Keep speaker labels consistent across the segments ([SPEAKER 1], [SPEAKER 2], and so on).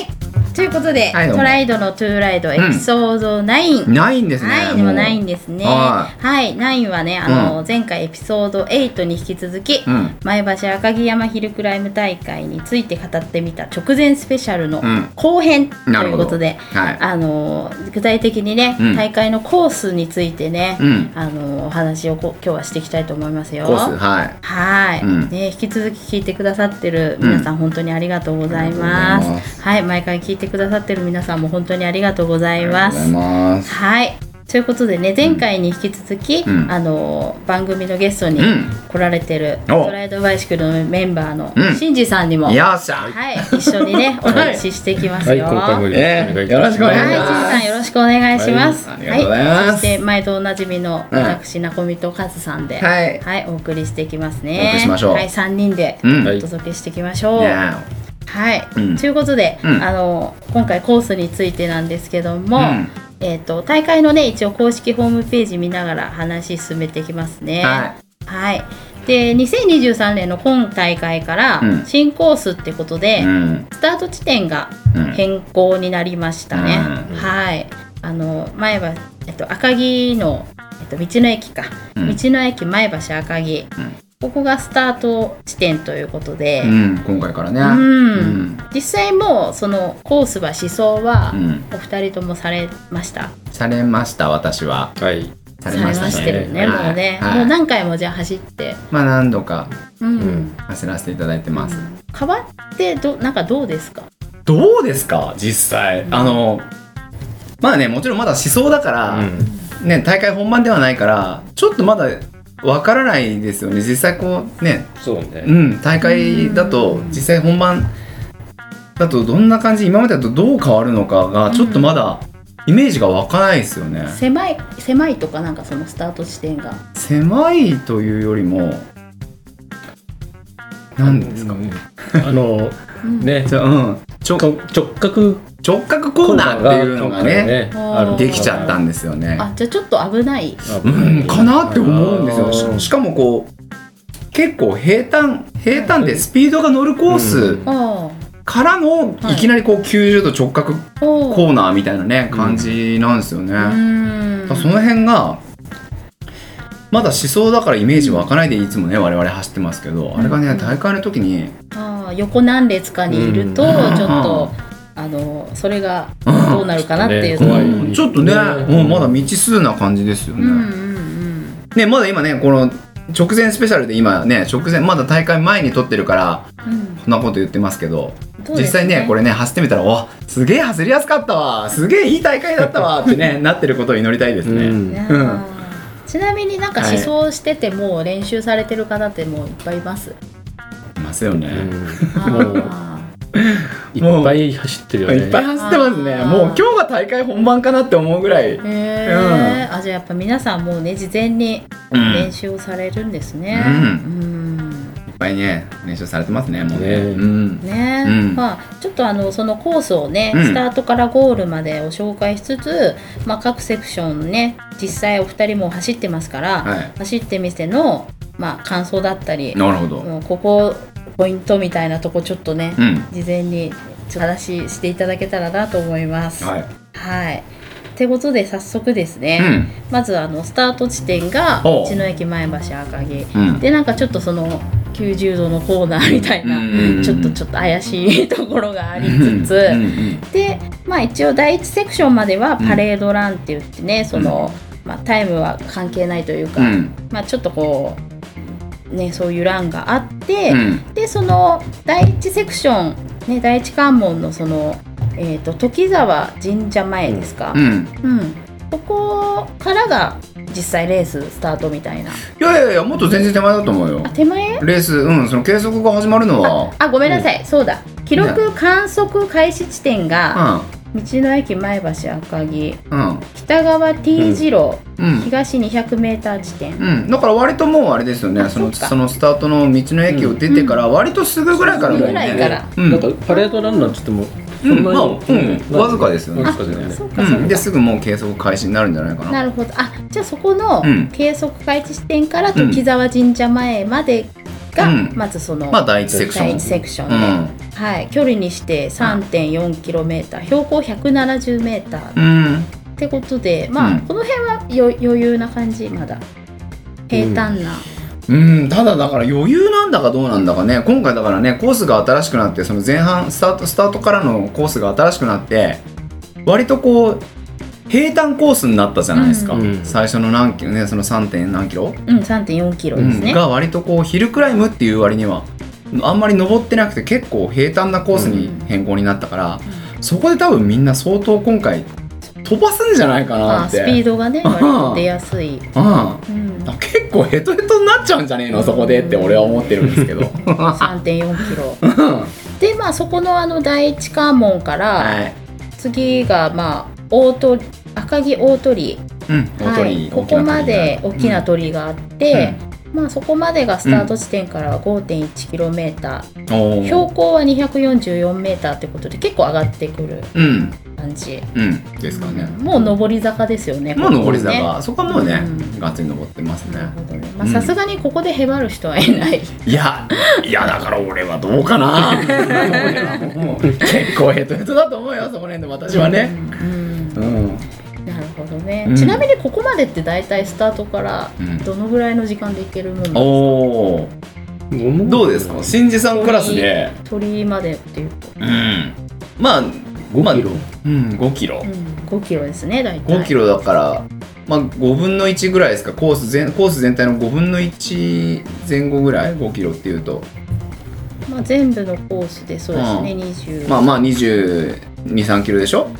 [SPEAKER 1] ことで、
[SPEAKER 2] はいどう
[SPEAKER 1] ト
[SPEAKER 2] も
[SPEAKER 1] ライドのトゥーライドエ
[SPEAKER 2] ん
[SPEAKER 1] ピソード9、
[SPEAKER 2] ないんですね。
[SPEAKER 1] はい、でもないんですね。
[SPEAKER 2] は
[SPEAKER 1] はい、9はね、あの、前回エピソード8に引き続き、
[SPEAKER 2] うん
[SPEAKER 1] 前橋赤城山ヒルクライム大会について語ってみた直前スペシャルの
[SPEAKER 2] うん
[SPEAKER 1] 後編と
[SPEAKER 2] ないる
[SPEAKER 1] う
[SPEAKER 2] ほ
[SPEAKER 1] こ
[SPEAKER 2] ど
[SPEAKER 1] とで、
[SPEAKER 2] はい
[SPEAKER 1] あの、具体的にね、
[SPEAKER 2] うん
[SPEAKER 1] 大会のコースについてね、
[SPEAKER 2] うん
[SPEAKER 1] あの、お話をこ今日はしていきたいと思いますよ。
[SPEAKER 2] コース、はい。
[SPEAKER 1] はい、
[SPEAKER 2] うん
[SPEAKER 1] ね、引き続き聞いてくださってる皆さん、本当にありがとうございま。
[SPEAKER 2] ありがとうございます
[SPEAKER 1] はい、毎回聞いてくださってる皆さんも本当にありがとうございます。
[SPEAKER 2] ありがとうございます。
[SPEAKER 1] はい、ということでね、前回に引き続き、
[SPEAKER 2] うん
[SPEAKER 1] あの番組のゲストに
[SPEAKER 2] うん
[SPEAKER 1] 来られてる、
[SPEAKER 2] お
[SPEAKER 1] トライドバイシクルのメンバーの
[SPEAKER 2] うん
[SPEAKER 1] しんじさんにも、
[SPEAKER 2] よ
[SPEAKER 1] は
[SPEAKER 2] っしゃ。
[SPEAKER 1] い、一緒にね、お話ししていきます
[SPEAKER 3] はい、
[SPEAKER 1] よ。
[SPEAKER 3] 今回も
[SPEAKER 2] えーよろしくお
[SPEAKER 1] はい、
[SPEAKER 2] 願
[SPEAKER 1] し
[SPEAKER 2] いし
[SPEAKER 1] んじ
[SPEAKER 2] ます
[SPEAKER 1] さんよろしくお願いします。
[SPEAKER 2] はいありがとうございます
[SPEAKER 1] はそして毎度おなじみの
[SPEAKER 2] うん
[SPEAKER 1] 私、なこみとかずさんで、
[SPEAKER 2] はい
[SPEAKER 1] お送りしていきますね。
[SPEAKER 2] お送りしましょう
[SPEAKER 1] はい、三人で
[SPEAKER 2] うん
[SPEAKER 1] お届けしていきましょう。
[SPEAKER 2] ね
[SPEAKER 1] はい、
[SPEAKER 2] うん
[SPEAKER 1] ということで、
[SPEAKER 2] うん
[SPEAKER 1] あの今回コースについてなんですけども、
[SPEAKER 2] うん
[SPEAKER 1] えっ、と大会のね一応公式ホームページ見ながら話進めていきますね。。
[SPEAKER 2] はい
[SPEAKER 1] で2023年の今大会から
[SPEAKER 2] うん
[SPEAKER 1] 新コースってことで、
[SPEAKER 2] えうん。
[SPEAKER 1] スタート地点が
[SPEAKER 2] うん
[SPEAKER 1] 変更になりましたね。
[SPEAKER 2] うん
[SPEAKER 1] はい。あの前はえっと赤城のえっと道の駅か、
[SPEAKER 2] うん
[SPEAKER 1] 道の駅前橋赤城、
[SPEAKER 2] ん
[SPEAKER 1] ここがスタート地点ということで。
[SPEAKER 2] うん、今回からね。
[SPEAKER 1] うん
[SPEAKER 2] うん
[SPEAKER 1] 実際もうそのコースは思想は
[SPEAKER 2] うん
[SPEAKER 1] お二人ともされました、
[SPEAKER 2] されました、私は。
[SPEAKER 3] はい、
[SPEAKER 2] さ
[SPEAKER 1] されましてるね、
[SPEAKER 2] はい
[SPEAKER 1] もうね、
[SPEAKER 2] はい
[SPEAKER 1] もう何回もじゃあ走って
[SPEAKER 2] まあ、何度か
[SPEAKER 1] うん、
[SPEAKER 3] ん
[SPEAKER 2] 走らせていただいてます。
[SPEAKER 1] 変わってどなんかどうですか
[SPEAKER 2] どうですか、実際。あの。まあね、もちろんまだ思想だから。
[SPEAKER 3] うん、
[SPEAKER 2] ね、大会本番ではないからちょっとまだわからないですよね実際こうね、
[SPEAKER 3] そう
[SPEAKER 2] う
[SPEAKER 3] ね、
[SPEAKER 2] ん、大会だと
[SPEAKER 1] うん
[SPEAKER 2] 実際本番だとどんな感じ今までだとどう変わるのかがちょっとまだイメージが湧かないですよね、
[SPEAKER 1] 狭い狭いとかなんかそのスタート地点が
[SPEAKER 2] 狭いというよりも何ですか、
[SPEAKER 3] うんあの、ね、
[SPEAKER 2] じゃあうん、ちょ
[SPEAKER 3] 直角
[SPEAKER 2] 直角コーナーっていうのがね
[SPEAKER 1] 今
[SPEAKER 3] あ
[SPEAKER 1] 回ね
[SPEAKER 3] る
[SPEAKER 2] できちゃったんですよね。
[SPEAKER 1] あじゃあちょっと危ない
[SPEAKER 2] うん、かなって思うんです
[SPEAKER 3] あ
[SPEAKER 2] よ
[SPEAKER 3] ー
[SPEAKER 2] ししかもこう結構平坦平坦でスピードが乗るコース
[SPEAKER 3] うん
[SPEAKER 1] あ
[SPEAKER 2] からの
[SPEAKER 1] はい
[SPEAKER 2] いきなりこう90度直角
[SPEAKER 1] あお
[SPEAKER 2] コーナーみたいなね
[SPEAKER 3] うん
[SPEAKER 2] 感じなんですよね、
[SPEAKER 1] う
[SPEAKER 2] だ
[SPEAKER 1] ん
[SPEAKER 2] からその辺がまだ思想だからイメージ湧かないでいつもね我々走ってますけどあれが
[SPEAKER 1] うん
[SPEAKER 2] ね大会の時に
[SPEAKER 1] ああ横何列かにいるとちょ
[SPEAKER 3] う
[SPEAKER 1] っ
[SPEAKER 3] ん
[SPEAKER 1] とあのそれがどうなるかなっていうのは
[SPEAKER 3] 怖い
[SPEAKER 2] うんちょっとね
[SPEAKER 3] うん
[SPEAKER 2] もうまだ未知数な感じですよね、
[SPEAKER 1] うんうんうん
[SPEAKER 2] ねまだ今ねこの直前スペシャルで今ね直前まだ大会前に撮ってるから
[SPEAKER 1] うん
[SPEAKER 2] こんなこと言ってますけど
[SPEAKER 1] そうで
[SPEAKER 2] 実
[SPEAKER 1] す
[SPEAKER 2] 際ねこれね走ってみたら「おすげえ走りやすかったわすげえいい大会だったわ」ってねなってることを祈りたいですね。
[SPEAKER 3] うん
[SPEAKER 1] ね
[SPEAKER 2] うん
[SPEAKER 1] ちなみになんか
[SPEAKER 2] はい
[SPEAKER 1] 思想しててもう練習されてる方ってもういっぱいいます、
[SPEAKER 2] いますよね。
[SPEAKER 3] もう
[SPEAKER 1] あ
[SPEAKER 3] いっぱい走ってるよね。
[SPEAKER 2] いっぱい走ってますね。
[SPEAKER 1] あー
[SPEAKER 2] もう今日が大会本番かなって思うぐら
[SPEAKER 1] ー
[SPEAKER 2] い。
[SPEAKER 1] へえあじゃあやっぱ皆さんもうね事前に
[SPEAKER 2] うん
[SPEAKER 1] 練習をされるんですね
[SPEAKER 2] うん
[SPEAKER 1] うん
[SPEAKER 2] いっぱいね練習されてますねもうね。
[SPEAKER 3] ね
[SPEAKER 2] うん。
[SPEAKER 1] ね
[SPEAKER 2] うん
[SPEAKER 1] まあ、ちょっとあのそのコースをね、
[SPEAKER 2] うん
[SPEAKER 1] スタートからゴールまでを紹介しつつ、まあ、各セクションね実際お二人も走ってますから、
[SPEAKER 2] はい。
[SPEAKER 1] 走ってみての、まあ、感想だったり、
[SPEAKER 2] なるほど。
[SPEAKER 1] もうここポイントみたいなとこちょっとね、
[SPEAKER 2] うん。
[SPEAKER 1] 事前にちょっと話していただけたらなと思います。。
[SPEAKER 2] はいい。
[SPEAKER 1] ってことで早速ですね、
[SPEAKER 2] うん
[SPEAKER 1] まずあのスタート地点が
[SPEAKER 2] お
[SPEAKER 1] 道
[SPEAKER 2] う
[SPEAKER 1] の駅前橋赤城、
[SPEAKER 2] うん。
[SPEAKER 1] でなんかちょっとその90度のコーナーみたいな、
[SPEAKER 2] うん
[SPEAKER 1] ちょっとちょっと怪しいところがありつつ、
[SPEAKER 2] うんうん
[SPEAKER 1] でまあ一応第一セクションまではパレードランって言ってね、その、まあ、タイムは関係ないというか、
[SPEAKER 2] うん
[SPEAKER 1] まあ、ちょっとこうねそういう欄があって、
[SPEAKER 2] うん
[SPEAKER 1] でその第一セクション、ね、第一関門のその、えー、と時沢神社前ですか、
[SPEAKER 2] うん。
[SPEAKER 1] うんここからが実際レーススタートみたいない
[SPEAKER 2] やいやいやもっと全然手前だと思うよ
[SPEAKER 1] あ。手前
[SPEAKER 2] レースうんその計測が始まるのは。
[SPEAKER 1] あごめんなさい、そうだ記録観測開始地点が道の駅前橋赤城
[SPEAKER 2] うんうん
[SPEAKER 1] 北側 T 字路、
[SPEAKER 2] うん。
[SPEAKER 1] 東 200m 地点、
[SPEAKER 2] うん、だから割ともうあれですよね
[SPEAKER 1] あ
[SPEAKER 2] その
[SPEAKER 1] そっか
[SPEAKER 2] そのスタートの道の駅を出てから割とすぐぐらいから
[SPEAKER 1] すぐ
[SPEAKER 2] もう
[SPEAKER 1] ぐらい
[SPEAKER 2] ね、
[SPEAKER 1] から、
[SPEAKER 2] うん
[SPEAKER 3] なんかパレードランナーって言っても、そんな
[SPEAKER 2] うんまあうん
[SPEAKER 3] に
[SPEAKER 2] わずかですよね
[SPEAKER 3] わずかだよ
[SPEAKER 1] あ
[SPEAKER 3] ね。
[SPEAKER 1] そうかそううか、
[SPEAKER 2] ん、ですぐもう計測開始になるんじゃないかな
[SPEAKER 1] なるほどあじゃあそこの
[SPEAKER 2] うん
[SPEAKER 1] 計測開始地点から時沢神社前までが、
[SPEAKER 2] うん
[SPEAKER 1] まずその、
[SPEAKER 2] まあ第一セクショ
[SPEAKER 1] 第
[SPEAKER 2] ン
[SPEAKER 1] 一セクション
[SPEAKER 2] う
[SPEAKER 1] で、
[SPEAKER 2] ん
[SPEAKER 1] はい、距離にして3 4キロメーター標高1 7 0メーター
[SPEAKER 2] うん
[SPEAKER 1] ってことでまあ、
[SPEAKER 2] うん
[SPEAKER 1] この辺はよ余裕な感じまだ平坦な、
[SPEAKER 2] うん、ただだから余裕なんだかどうなんだかね今回だからねコースが新しくなってその前半スタートスタートからのコースが新しくなって割とこう平坦コースになったじゃないですか、
[SPEAKER 3] うん
[SPEAKER 2] 最初の何キロねその 3. 点何キロ、
[SPEAKER 1] うん3 4キロ
[SPEAKER 2] う
[SPEAKER 1] ですね、
[SPEAKER 2] ん、が割とこうヒルクライムっていう割にはあんまり登ってなくて結構平坦なコースに変更になったから、そこで多分みんな相当今回飛ばすんじゃないか
[SPEAKER 1] ま
[SPEAKER 2] な
[SPEAKER 1] あ、
[SPEAKER 2] って
[SPEAKER 1] スピードが ね割と出やすい、
[SPEAKER 2] うん
[SPEAKER 1] うん、
[SPEAKER 2] あ結構ヘトヘトになっちゃうんじゃねえのそこでって俺は思ってるんです けど
[SPEAKER 1] 3 4キロ でまあそこのあの第一関門から、
[SPEAKER 2] はい
[SPEAKER 1] 次がまあ大鳥赤城大鳥居、
[SPEAKER 2] うん大
[SPEAKER 1] は
[SPEAKER 2] 鳥居
[SPEAKER 1] い、
[SPEAKER 2] 大きな鳥居
[SPEAKER 1] ここまで大きな鳥居があって、まあ、そこまでがスタート地点から5 1キロメーター
[SPEAKER 2] うんおー
[SPEAKER 1] 標高は2 4 4メーターってことで結構上がってくる
[SPEAKER 2] うん
[SPEAKER 1] 感じ
[SPEAKER 2] うんですかね
[SPEAKER 1] もう上り坂ですよね
[SPEAKER 2] もう上り
[SPEAKER 1] ここね
[SPEAKER 2] 坂、そこはもうね、
[SPEAKER 1] うん
[SPEAKER 2] ガッツリ登ってますね
[SPEAKER 1] なるほどねま
[SPEAKER 2] う
[SPEAKER 1] あ
[SPEAKER 2] ん
[SPEAKER 1] さすがにここでへばる人はいない、
[SPEAKER 2] いやいやだから俺はどうかな 俺はもう結構ヘトヘトだと思うよそこら辺で私はね
[SPEAKER 1] うん
[SPEAKER 2] うん
[SPEAKER 1] なるほどね、
[SPEAKER 2] うん
[SPEAKER 1] ちなみにここまでって大体スタートから
[SPEAKER 2] うん
[SPEAKER 1] どのぐらいの時間で行けるもん
[SPEAKER 2] お
[SPEAKER 1] の
[SPEAKER 2] おどうですか新次さんクラスで
[SPEAKER 1] 鳥居までっていうと、
[SPEAKER 2] うんまあ
[SPEAKER 3] 5キロ、
[SPEAKER 2] うん5キロ
[SPEAKER 1] うん、5キロですね大体
[SPEAKER 2] 5キロだから、まあ、5分の1ぐらいですかコース全コース全体の5分の1前後ぐらい5キロっていうと
[SPEAKER 1] まあ、全部のコースでそうですね、
[SPEAKER 2] う
[SPEAKER 1] 20、
[SPEAKER 2] まあまあ2 2 3キロでしょ
[SPEAKER 1] うん、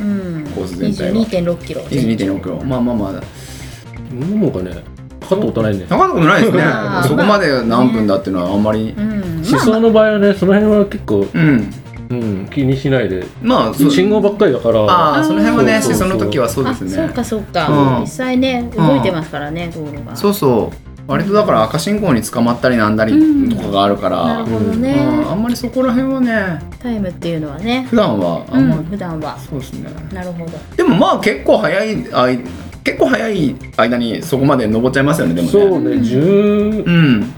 [SPEAKER 2] コース全体は
[SPEAKER 1] 22.6キロ
[SPEAKER 2] 22.6キロまあまあまあ
[SPEAKER 3] ももがねかかったことないね
[SPEAKER 2] なかったことないで すね
[SPEAKER 1] あー
[SPEAKER 2] そこまで何分だっていうのはあんまり、
[SPEAKER 1] うん
[SPEAKER 3] 思想の場合はねその辺は結構、
[SPEAKER 2] うん
[SPEAKER 3] うん、気にしないで
[SPEAKER 2] まあそう
[SPEAKER 3] 信号ばっかりだから
[SPEAKER 2] ああその辺はね
[SPEAKER 1] そ
[SPEAKER 2] そう
[SPEAKER 1] そう
[SPEAKER 2] の時はそう
[SPEAKER 1] あ
[SPEAKER 2] です
[SPEAKER 1] そう
[SPEAKER 2] ね
[SPEAKER 1] かそうか、
[SPEAKER 2] うん
[SPEAKER 1] 実際ね動いてますからね、道路が
[SPEAKER 2] そうそう割とだから赤信号に捕まったりなんだりとかがあるから、
[SPEAKER 1] なるほどね、
[SPEAKER 2] うんあんまりそこら辺はね
[SPEAKER 1] タイムっていうのはね、
[SPEAKER 2] 普段はあ
[SPEAKER 1] うん
[SPEAKER 2] ま、
[SPEAKER 1] ん、普段は
[SPEAKER 2] そうですね
[SPEAKER 1] なるほど
[SPEAKER 2] でもまあ結構早いあい結構早い間にそこまで登っちゃいますよねでもね
[SPEAKER 3] そうね10
[SPEAKER 2] うん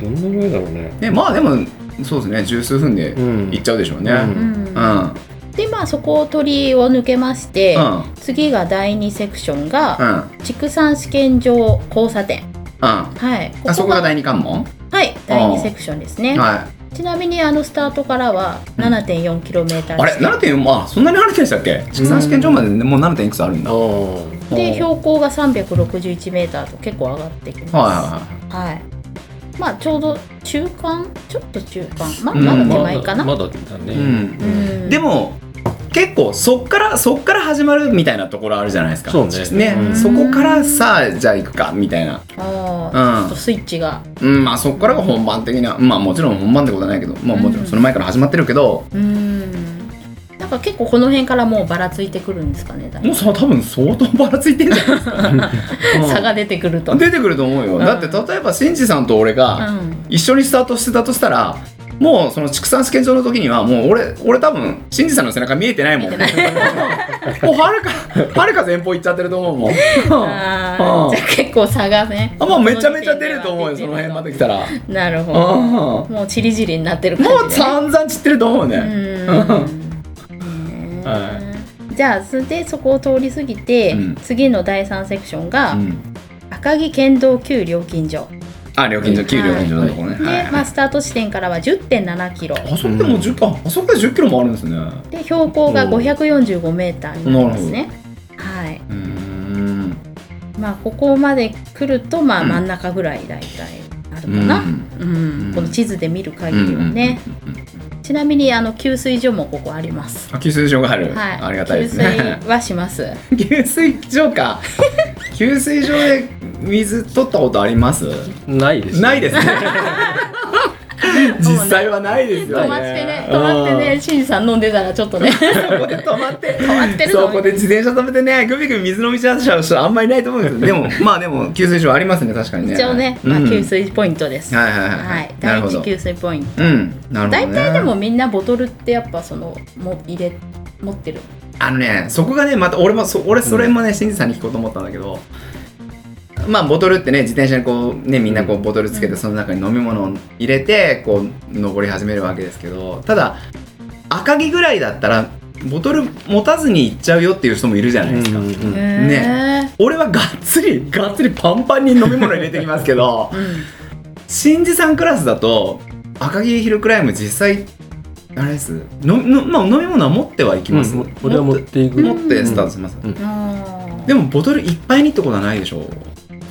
[SPEAKER 3] どんなぐらいだろうね
[SPEAKER 2] ねまあでもそうですね十数分で
[SPEAKER 3] うん
[SPEAKER 2] 行っちゃうでしょうね
[SPEAKER 3] う
[SPEAKER 2] うん
[SPEAKER 1] うんん、
[SPEAKER 2] うんうん
[SPEAKER 1] でまあそこを鳥居を抜けまして、次が第2セクションが
[SPEAKER 2] うん
[SPEAKER 1] 畜産試験場交差点
[SPEAKER 2] あ
[SPEAKER 1] はいここ
[SPEAKER 2] そこが
[SPEAKER 1] が
[SPEAKER 2] 第二関門
[SPEAKER 1] はい第2セクションですね
[SPEAKER 2] はい
[SPEAKER 1] ちなみにあのスタートからは 7.4km 地点、
[SPEAKER 2] あれ7.4あそんなに離れてるんでしたっけ畜産試験場までねもう 7. 点いくつあるんだ
[SPEAKER 3] あ
[SPEAKER 2] はい
[SPEAKER 3] あ
[SPEAKER 1] で標高が 361m と結構上がってきます
[SPEAKER 2] は
[SPEAKER 1] はい、まあちょうど中間ちょっと中間ま
[SPEAKER 2] うん
[SPEAKER 1] まだ手前かな、
[SPEAKER 3] まだまだだね
[SPEAKER 2] うん
[SPEAKER 1] うん
[SPEAKER 2] いでも結構そっからそっから始まるみたいなところあるじゃないですか
[SPEAKER 3] そうね
[SPEAKER 1] うん
[SPEAKER 2] そこからさあじゃあ行くかみたいな
[SPEAKER 1] あ
[SPEAKER 2] う
[SPEAKER 1] あちょ
[SPEAKER 2] ん
[SPEAKER 1] っとスイッチが
[SPEAKER 2] うん、まあそこからが本番的なまあもちろん本番ってことはないけどまあもちろんその前から始まってるけど、
[SPEAKER 1] うーんなんか結構この辺からもうばらついてくるんですかねだいぶ
[SPEAKER 2] もうさ多分相当ばらついてんじゃないですか、うん
[SPEAKER 1] 差が出てくると、うん、
[SPEAKER 2] 出てくると思うよ、
[SPEAKER 1] ん
[SPEAKER 2] だって例えばしんじさんと俺が一緒にスタートしてたとしたらもうその畜産試験場の時にはもう俺俺多分しんじさんの背中見えてないもん
[SPEAKER 1] 見え
[SPEAKER 2] もうはるかはるか前方行っちゃってると思うもんあ
[SPEAKER 1] あー
[SPEAKER 2] うん
[SPEAKER 1] じゃあ結構差がね
[SPEAKER 2] もうめちゃめちゃ出ると思うよその辺まで来たら
[SPEAKER 1] なるほ
[SPEAKER 2] うん
[SPEAKER 1] ど
[SPEAKER 2] も
[SPEAKER 1] もうチリジリになってる感
[SPEAKER 2] う
[SPEAKER 1] じで、ね、
[SPEAKER 2] 散々散ってると思う
[SPEAKER 1] う
[SPEAKER 2] ね、
[SPEAKER 1] ーんねえ
[SPEAKER 2] は
[SPEAKER 1] じゃあそれでそこを通り過ぎて、
[SPEAKER 2] うん
[SPEAKER 1] 次の第3セクションが、
[SPEAKER 2] うん
[SPEAKER 1] 赤城県道旧料金所
[SPEAKER 2] あ料金所旧料金所のとこね、
[SPEAKER 1] で、
[SPEAKER 2] はい
[SPEAKER 1] まあ、スタート地点からは1 0 7キロ
[SPEAKER 2] あそこでも10、ああそこで10キロもあるんですね。う
[SPEAKER 1] で標高が5 4 5ーになりますね。はい
[SPEAKER 2] ーん。
[SPEAKER 1] まあ、ここまで来ると、まあ、
[SPEAKER 2] うん
[SPEAKER 1] 真ん中ぐらい大体あるかな、うん
[SPEAKER 2] うん
[SPEAKER 1] この地図で見る限りはね、
[SPEAKER 2] うんうんうん
[SPEAKER 1] ちなみにあの給水所もここあります。
[SPEAKER 2] あ、給水所がある。
[SPEAKER 1] はい、
[SPEAKER 2] ありがたいですね
[SPEAKER 1] 給。水はします。
[SPEAKER 2] 給 水所か。給水所で水取ったことあります？
[SPEAKER 3] ないですね
[SPEAKER 2] な いですね。実際はないですよ
[SPEAKER 1] 止
[SPEAKER 2] ね。
[SPEAKER 1] まってね、止まってね、しんさん飲んでたらちょっ とね、
[SPEAKER 2] うん。そこで止まって。
[SPEAKER 1] 止まってる
[SPEAKER 2] そ
[SPEAKER 1] と
[SPEAKER 2] こで自転車止めてね、ぐびぐび水飲みちゃう人はあんまりいないと思うんですけど、でも まあでも給水所ありますね確かにね。
[SPEAKER 1] 一応ね、まあ、
[SPEAKER 2] うん
[SPEAKER 1] 給水ポイントです。
[SPEAKER 2] はいはいはい。
[SPEAKER 1] はい、
[SPEAKER 2] なる
[SPEAKER 1] 第
[SPEAKER 2] ほ
[SPEAKER 1] 一
[SPEAKER 2] ど。
[SPEAKER 1] 給水ポイント。
[SPEAKER 2] うん、なるほど、
[SPEAKER 1] 大
[SPEAKER 2] ね。
[SPEAKER 1] 体でもみんなボトルってやっぱそのも入れ持ってる
[SPEAKER 2] あのねそこがねまた俺もそ俺それもね、しんじさんに聞こうと思ったんだけどまあボトルってね自転車にこうねみんなこうボトルつけ
[SPEAKER 1] う
[SPEAKER 2] て
[SPEAKER 1] ん
[SPEAKER 2] その中に飲み物を入れてこう登り始めるわけですけどただ赤城ぐらいだったらボトル持たずに行っちゃうよっていう人もいるじゃないですか、
[SPEAKER 3] うんうんうん
[SPEAKER 1] ね
[SPEAKER 2] 俺はがっつりがっつりパンパンに飲み物入れてきますけ ど
[SPEAKER 1] え、うん
[SPEAKER 2] 新次さんクラスだと赤城ヒルクライム実際あれですのの、まあ、飲み物は持ってはいきます、
[SPEAKER 3] うん俺は持っていく
[SPEAKER 2] 持ってスタートします、
[SPEAKER 3] うん
[SPEAKER 1] あー
[SPEAKER 2] でもボトルいっぱいにってことはないでしょ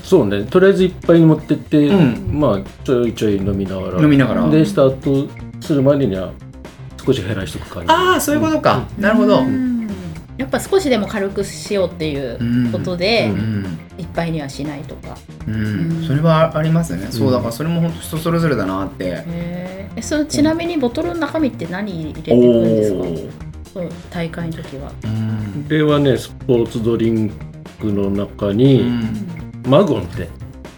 [SPEAKER 3] そうねとりあえずいっぱいに持ってって、
[SPEAKER 2] うん
[SPEAKER 3] まあちょいちょい飲みながら
[SPEAKER 2] 飲みながら
[SPEAKER 3] でスタートする前には少し減らしとく感じ
[SPEAKER 2] ああそういうことか、なるほど、
[SPEAKER 1] う
[SPEAKER 2] うん
[SPEAKER 1] んやっぱ少しでも軽くしようっていうことで、
[SPEAKER 3] うん
[SPEAKER 1] いっぱいにはしないとか
[SPEAKER 2] うんそれはありますよね、そう
[SPEAKER 3] うん
[SPEAKER 2] だからそれも本当人それぞれだなって、
[SPEAKER 1] へえそのちなみにボトルの中身って何入れて
[SPEAKER 2] お
[SPEAKER 1] るんですか
[SPEAKER 2] ー
[SPEAKER 1] そう大会の時は、
[SPEAKER 2] うん
[SPEAKER 3] ではねスポーツドリンクの中
[SPEAKER 2] う
[SPEAKER 3] に、
[SPEAKER 2] ん
[SPEAKER 3] マゴンって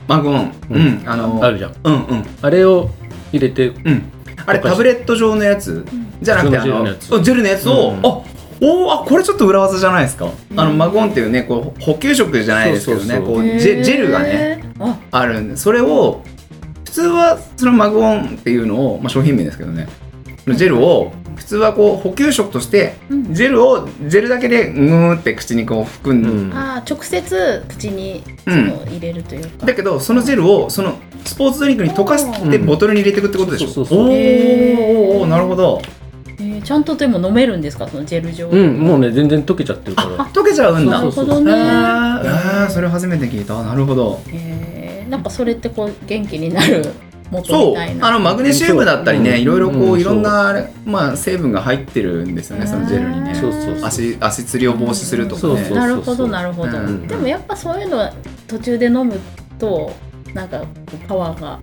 [SPEAKER 2] マグオン、う
[SPEAKER 3] うんん、
[SPEAKER 2] あの
[SPEAKER 3] あるじゃん
[SPEAKER 2] うんうん
[SPEAKER 3] あれを入れて
[SPEAKER 2] うんあれ
[SPEAKER 3] お菓子
[SPEAKER 2] タブレット状のやつじゃなくてあ
[SPEAKER 3] 普通
[SPEAKER 2] の
[SPEAKER 3] のジェルのやつ
[SPEAKER 2] うんジェルのやつを、
[SPEAKER 3] うん
[SPEAKER 2] あおーあこれちょっと裏技じゃないですか、
[SPEAKER 1] うん
[SPEAKER 2] あのマグオンっていうねこう補給食じゃないですけどね
[SPEAKER 3] そうそうそう
[SPEAKER 2] こう
[SPEAKER 1] へえ
[SPEAKER 2] ジェジェルがね
[SPEAKER 1] あ
[SPEAKER 2] あるんでそれを普通はそのマグオンっていうのを、まあ、商品名ですけどねジェルを普通はこう補給食として
[SPEAKER 1] うん
[SPEAKER 2] ジェルをジェルだけでグーって口にこう含
[SPEAKER 3] うんん
[SPEAKER 2] で、
[SPEAKER 1] あー直接口にそ
[SPEAKER 2] うん
[SPEAKER 1] の入れるというか、
[SPEAKER 2] だけどそのジェルをそのスポーツドリンクに溶かして
[SPEAKER 3] うん
[SPEAKER 2] ボトルに入れていくってことでしょ、
[SPEAKER 3] そうそうそう
[SPEAKER 2] おー
[SPEAKER 1] へー
[SPEAKER 2] おーおーなるほど
[SPEAKER 1] えーちゃんとでも飲めるんですかそのジェル状、
[SPEAKER 3] うんもうね全然溶けちゃって るから
[SPEAKER 2] あ溶けちゃうんだ
[SPEAKER 1] なるほどね
[SPEAKER 2] あーあーそれ初めて聞いたなるほど
[SPEAKER 1] へえなんかそれってこう元気になる元
[SPEAKER 2] そ
[SPEAKER 1] み
[SPEAKER 2] う
[SPEAKER 1] たい
[SPEAKER 2] あ
[SPEAKER 1] な
[SPEAKER 2] のマグネシウムだったり
[SPEAKER 3] う
[SPEAKER 2] ね
[SPEAKER 3] ん
[SPEAKER 2] いろいろこ
[SPEAKER 3] う
[SPEAKER 2] うんいろんなあれまあ成分が入ってるんですよねそのジェルにね
[SPEAKER 3] そうそうそう
[SPEAKER 2] 足足つりを防止するとか
[SPEAKER 3] そう
[SPEAKER 2] ね
[SPEAKER 3] そう
[SPEAKER 1] なるほどなるほど、
[SPEAKER 2] うん
[SPEAKER 1] でもやっぱそういうのは途中で飲むとなんかこうパワーが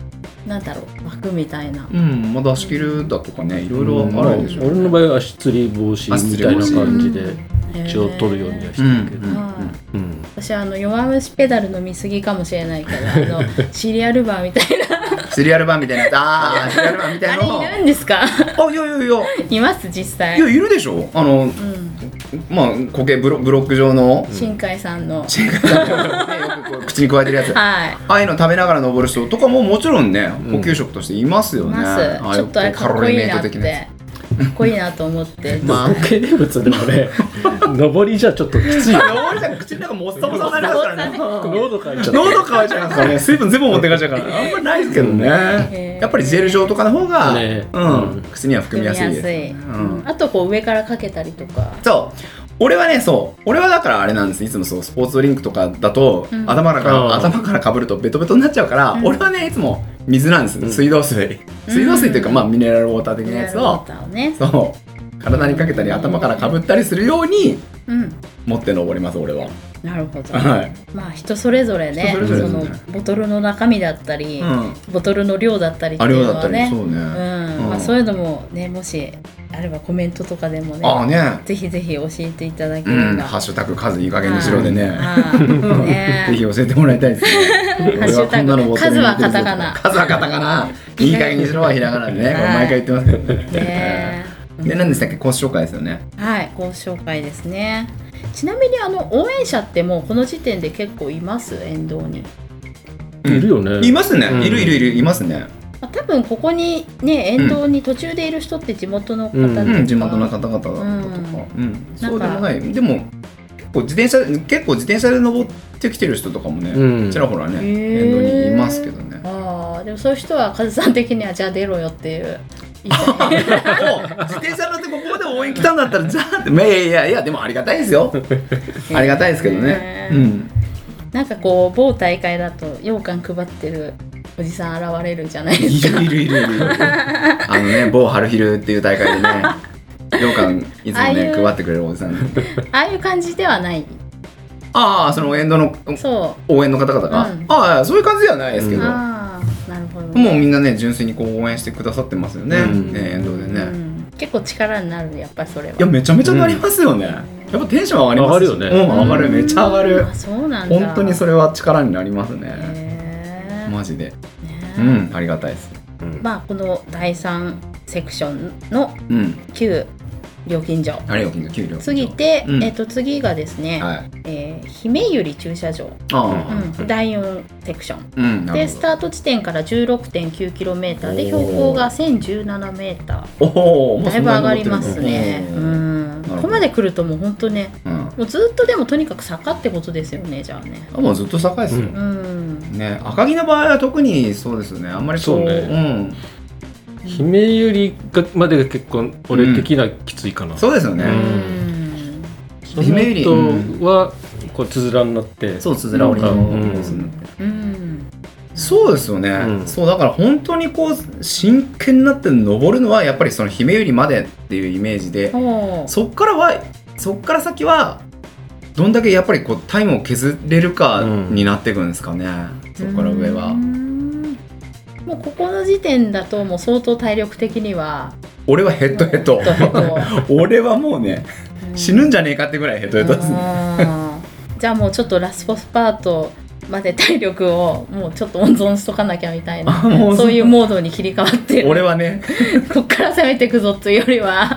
[SPEAKER 1] なんだろう湧くみたいな
[SPEAKER 2] うんまあ出し切るだとかねいろいろ
[SPEAKER 3] うん
[SPEAKER 2] あるんでしょう
[SPEAKER 3] 俺の場合は足つり防止みたいな感じで一応取るようにはして
[SPEAKER 2] うん
[SPEAKER 3] るけど、
[SPEAKER 2] うん
[SPEAKER 1] はい
[SPEAKER 3] うん
[SPEAKER 1] 私あの弱虫ペダル飲みすぎかもしれないけどあの シリアルバーみたいな
[SPEAKER 2] シリアルバーみたいなやつああシリアルバーみた
[SPEAKER 1] あ
[SPEAKER 2] いなの
[SPEAKER 1] れいるんですか
[SPEAKER 2] あいやいやいや
[SPEAKER 1] います実際
[SPEAKER 2] いやいるでしょあの
[SPEAKER 1] うん、
[SPEAKER 2] まあ固形ブロブロック状の
[SPEAKER 1] 新海さんの、
[SPEAKER 2] 新幹線のねよくこう 口に加えてるやつあ
[SPEAKER 1] はい
[SPEAKER 2] あいうの食べながら登る人とかももちろんね
[SPEAKER 3] ん
[SPEAKER 2] 補給食としていますよ
[SPEAKER 1] い
[SPEAKER 2] ねあ
[SPEAKER 1] ま
[SPEAKER 2] あ
[SPEAKER 1] すち
[SPEAKER 2] いう
[SPEAKER 1] ょっとあれ
[SPEAKER 2] カ
[SPEAKER 1] かっ
[SPEAKER 2] ロ
[SPEAKER 1] こ
[SPEAKER 2] リー
[SPEAKER 1] いい
[SPEAKER 2] メイ
[SPEAKER 1] な
[SPEAKER 2] ト
[SPEAKER 1] って
[SPEAKER 2] 的なやつ
[SPEAKER 1] かっこいいなと思 って
[SPEAKER 3] まあ固形物でもね上りじゃちょっときついよ
[SPEAKER 2] 登りたら口の中もっさもさになりますからね
[SPEAKER 3] 喉かいちゃっ
[SPEAKER 2] 喉乾いちゃいますからね 水分全部持ってかれちゃう からあんまりないですけどね
[SPEAKER 1] へー
[SPEAKER 2] やっぱりジェル状とかの方が、
[SPEAKER 3] ね
[SPEAKER 2] うん
[SPEAKER 3] うん
[SPEAKER 2] 口には含みやすいです
[SPEAKER 1] うんあとこう上からかけたりとか
[SPEAKER 2] そう俺はねそう俺はだからあれなんですいつもそうスポーツドリンクとかだと、
[SPEAKER 1] うん
[SPEAKER 2] 頭から
[SPEAKER 3] あー
[SPEAKER 2] か頭からかぶるとベトベトになっちゃうから、
[SPEAKER 1] うん
[SPEAKER 2] 俺はねいつも水なんです、
[SPEAKER 3] ん
[SPEAKER 2] 水道水水道水というか、まあミネラルウォーター的なやつ
[SPEAKER 1] ウォー
[SPEAKER 2] を
[SPEAKER 1] ターをね
[SPEAKER 2] そう体にかけたり頭からかぶったりするように
[SPEAKER 1] うん
[SPEAKER 2] 持って登ります俺は
[SPEAKER 1] なるほど、
[SPEAKER 2] はい、
[SPEAKER 1] まあ人それぞれね
[SPEAKER 2] 人それぞれですね
[SPEAKER 1] そのボトルの中身だったり、
[SPEAKER 2] うん、
[SPEAKER 1] ボトルの量だったりって
[SPEAKER 2] あ
[SPEAKER 1] い
[SPEAKER 2] れ
[SPEAKER 1] うの
[SPEAKER 2] だった
[SPEAKER 1] は
[SPEAKER 2] り、
[SPEAKER 1] ね
[SPEAKER 2] そうね、
[SPEAKER 1] うん
[SPEAKER 2] うん
[SPEAKER 1] まあ、そういうのもねもしあればコメントとかでもね
[SPEAKER 2] ああね
[SPEAKER 1] ぜひぜひ教えていただけれ
[SPEAKER 2] う
[SPEAKER 1] ば、
[SPEAKER 2] ん、ハッシュタグ数いい加減にしろでね、
[SPEAKER 1] はいね
[SPEAKER 2] ぜひ教えてもらいた いですね。
[SPEAKER 1] ハッシュタグ
[SPEAKER 2] 俺ボトルに入れて
[SPEAKER 1] 数は
[SPEAKER 2] るぞ
[SPEAKER 1] カタカナ
[SPEAKER 2] 数はカタカナ。いい加減にしろはひらがなでね、
[SPEAKER 1] はい
[SPEAKER 2] これ毎回言ってますけどね。
[SPEAKER 1] ね
[SPEAKER 2] で、何でしたっけ、コース紹介ですよね。
[SPEAKER 1] はいご紹介ですねちなみにあの応援者ってもうこの時点で結構います沿道に、
[SPEAKER 3] いるよね
[SPEAKER 2] いますね
[SPEAKER 3] う。ん
[SPEAKER 2] いるいるいる、いますね。
[SPEAKER 1] まあ、多分ここにね沿道に途中でいる人って地元の方とか、
[SPEAKER 2] うん、地元の方々だったとか。うん、そうでもない。でも、結構自転車、結構自転車で登ってきてる人とかも
[SPEAKER 3] う
[SPEAKER 2] ね、
[SPEAKER 3] ん
[SPEAKER 2] ちらほら
[SPEAKER 1] へ
[SPEAKER 2] ね、
[SPEAKER 1] ー
[SPEAKER 2] 沿道にいますけど ね。
[SPEAKER 1] ああでもそういう人はカズさん的にはじゃあ出ろよっていう 言いたい
[SPEAKER 2] お自転車乗ってここまで応援来たんだったら、じゃあって、いやいやいや、でもありがたいで すよ。ありがたいですけどね
[SPEAKER 1] ね。
[SPEAKER 2] うん。
[SPEAKER 1] なんかこう某大会だと羊羹配ってるおじさん現れるじゃないで
[SPEAKER 2] い
[SPEAKER 1] すか
[SPEAKER 2] るいるいるいる。あのね、某春昼っていう大会で ね、羊羹いつ
[SPEAKER 1] ああ
[SPEAKER 2] も
[SPEAKER 1] い
[SPEAKER 2] ね、
[SPEAKER 1] う
[SPEAKER 2] 配ってくれるおじさん。
[SPEAKER 1] ああいう感じではない
[SPEAKER 2] ああ、その沿道の
[SPEAKER 1] そ
[SPEAKER 2] 応援の方々が、
[SPEAKER 1] うん
[SPEAKER 2] ああ、そういう感じではないですけ
[SPEAKER 1] う
[SPEAKER 2] ど、
[SPEAKER 1] ああなるほどね、
[SPEAKER 2] もうみんなね、純粋にこう応援してくださってますよね、
[SPEAKER 3] うん
[SPEAKER 2] ね沿道でね。
[SPEAKER 1] う
[SPEAKER 2] い
[SPEAKER 1] ん結構力になるやっぱりそれは
[SPEAKER 2] や、めちゃめちゃ上がりますよね。やっぱテンション上がりますし
[SPEAKER 3] 上がる
[SPEAKER 2] う
[SPEAKER 3] よね
[SPEAKER 2] ん、上がる、めっちゃ上がる
[SPEAKER 1] あ。そうなんだ
[SPEAKER 2] 本当にそれは力になりますね。
[SPEAKER 1] へー
[SPEAKER 2] マジで。
[SPEAKER 1] ね
[SPEAKER 2] うん、ありがたいです。
[SPEAKER 3] うん
[SPEAKER 1] まあこの第3セクションの
[SPEAKER 2] うん。
[SPEAKER 1] 9料金所
[SPEAKER 2] あれよ金魚給料
[SPEAKER 1] 過ぎて、
[SPEAKER 2] うん
[SPEAKER 1] えっと次がですね、
[SPEAKER 2] はい
[SPEAKER 1] えー姫ゆり駐車場、う
[SPEAKER 2] あ
[SPEAKER 1] ん第4セクション
[SPEAKER 2] あうんなる
[SPEAKER 1] で
[SPEAKER 2] ほ
[SPEAKER 1] スタート地点から 16.9km で標高が 1017m
[SPEAKER 2] どおおもう
[SPEAKER 1] だ
[SPEAKER 2] そ
[SPEAKER 1] い
[SPEAKER 2] ん
[SPEAKER 1] ぶ
[SPEAKER 2] な
[SPEAKER 1] 上
[SPEAKER 2] に登
[SPEAKER 1] が
[SPEAKER 2] って
[SPEAKER 1] り
[SPEAKER 2] るんだ
[SPEAKER 1] ますね
[SPEAKER 2] お
[SPEAKER 1] う
[SPEAKER 2] ー
[SPEAKER 1] ん
[SPEAKER 2] ほど
[SPEAKER 1] ここまで来るともう本当ね
[SPEAKER 2] うん
[SPEAKER 1] もうずっとでもとにかく坂ってことですよねじゃあね
[SPEAKER 2] あもうずっと高いですよ
[SPEAKER 3] うん
[SPEAKER 1] うん
[SPEAKER 2] ね赤城の場合は特にそうですよねあんまりこう
[SPEAKER 3] そう
[SPEAKER 2] う
[SPEAKER 3] ね
[SPEAKER 2] ん
[SPEAKER 3] 姫よりがまでが結構俺的にはきついかな、
[SPEAKER 2] そうですよね、
[SPEAKER 3] うんその
[SPEAKER 2] 姫より
[SPEAKER 3] 後はこうつづらになって
[SPEAKER 2] そうつづら折りの
[SPEAKER 3] う
[SPEAKER 2] そう
[SPEAKER 3] ん
[SPEAKER 2] ですね
[SPEAKER 1] うんうん
[SPEAKER 2] そうですよね、
[SPEAKER 3] うん
[SPEAKER 2] そうだから本当にこう真剣になって登るのはやっぱりその姫よりまでっていうイメージで
[SPEAKER 1] ほう
[SPEAKER 2] そっからはそっから先はどんだけやっぱりこうタイムを削れるか
[SPEAKER 3] うん
[SPEAKER 2] になっていくんですかね、そこから上は
[SPEAKER 1] うんもうここの時点だともう相当体力的には
[SPEAKER 2] 俺はヘッドヘッド
[SPEAKER 1] ヘッドヘ
[SPEAKER 2] 俺はもうね 死ぬんじゃねえかってぐらいヘッドヘッドですね
[SPEAKER 1] あーじゃあもうちょっとラスボスパートまで体力をもうちょっと温存しとかなきゃみたいな
[SPEAKER 2] あもう
[SPEAKER 1] そういうモードに切り替わって
[SPEAKER 2] 俺は ね
[SPEAKER 1] こっから攻めていくぞというよりは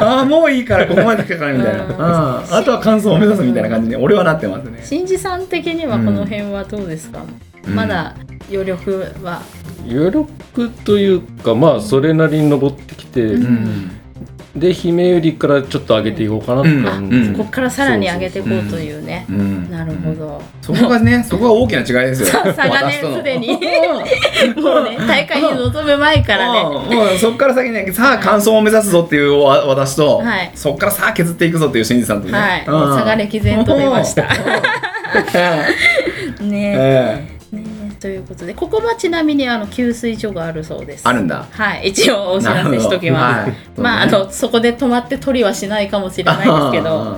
[SPEAKER 2] ああもういいからここまで来たからみたいな、
[SPEAKER 1] うん
[SPEAKER 2] あああとは完走を目指すみたいな感じに俺はなってますね、
[SPEAKER 1] 新次さん的にはこの辺はどうですか、
[SPEAKER 2] うん
[SPEAKER 1] まだ余力は、
[SPEAKER 3] 余力というかまあそれなりに登ってきて、
[SPEAKER 1] う
[SPEAKER 2] うんん、
[SPEAKER 3] で姫よりからちょっと上げていこうかなって感じ、
[SPEAKER 2] うんうん
[SPEAKER 1] こっからさらに上げていこうというね、
[SPEAKER 2] うん、
[SPEAKER 1] なるほど、
[SPEAKER 2] そこがね、そこが大きな違いですよ。
[SPEAKER 1] さ差がね
[SPEAKER 2] 私との
[SPEAKER 1] すでに
[SPEAKER 2] うん
[SPEAKER 1] もうね大会に臨む前からね、
[SPEAKER 2] うんもうそこから先ね、さあ完走を目指すぞっていうわ私と、
[SPEAKER 1] はい
[SPEAKER 2] そこからさあ削っていくぞっていう新次さんとね、
[SPEAKER 1] はい、
[SPEAKER 2] うん
[SPEAKER 1] もう差が歴然と出ました。 ね
[SPEAKER 2] ええ
[SPEAKER 1] えねえということで、ここはちなみにあの給水所があるそうです。
[SPEAKER 2] あるんだ。
[SPEAKER 1] はい、一応お知
[SPEAKER 2] な
[SPEAKER 1] ら
[SPEAKER 2] るほ
[SPEAKER 1] せ
[SPEAKER 2] ど
[SPEAKER 1] しときます。
[SPEAKER 2] はい
[SPEAKER 1] まあ、あの、そこで止まって取りはしないかもしれないですけ
[SPEAKER 2] あ
[SPEAKER 1] ど。
[SPEAKER 2] ー
[SPEAKER 1] は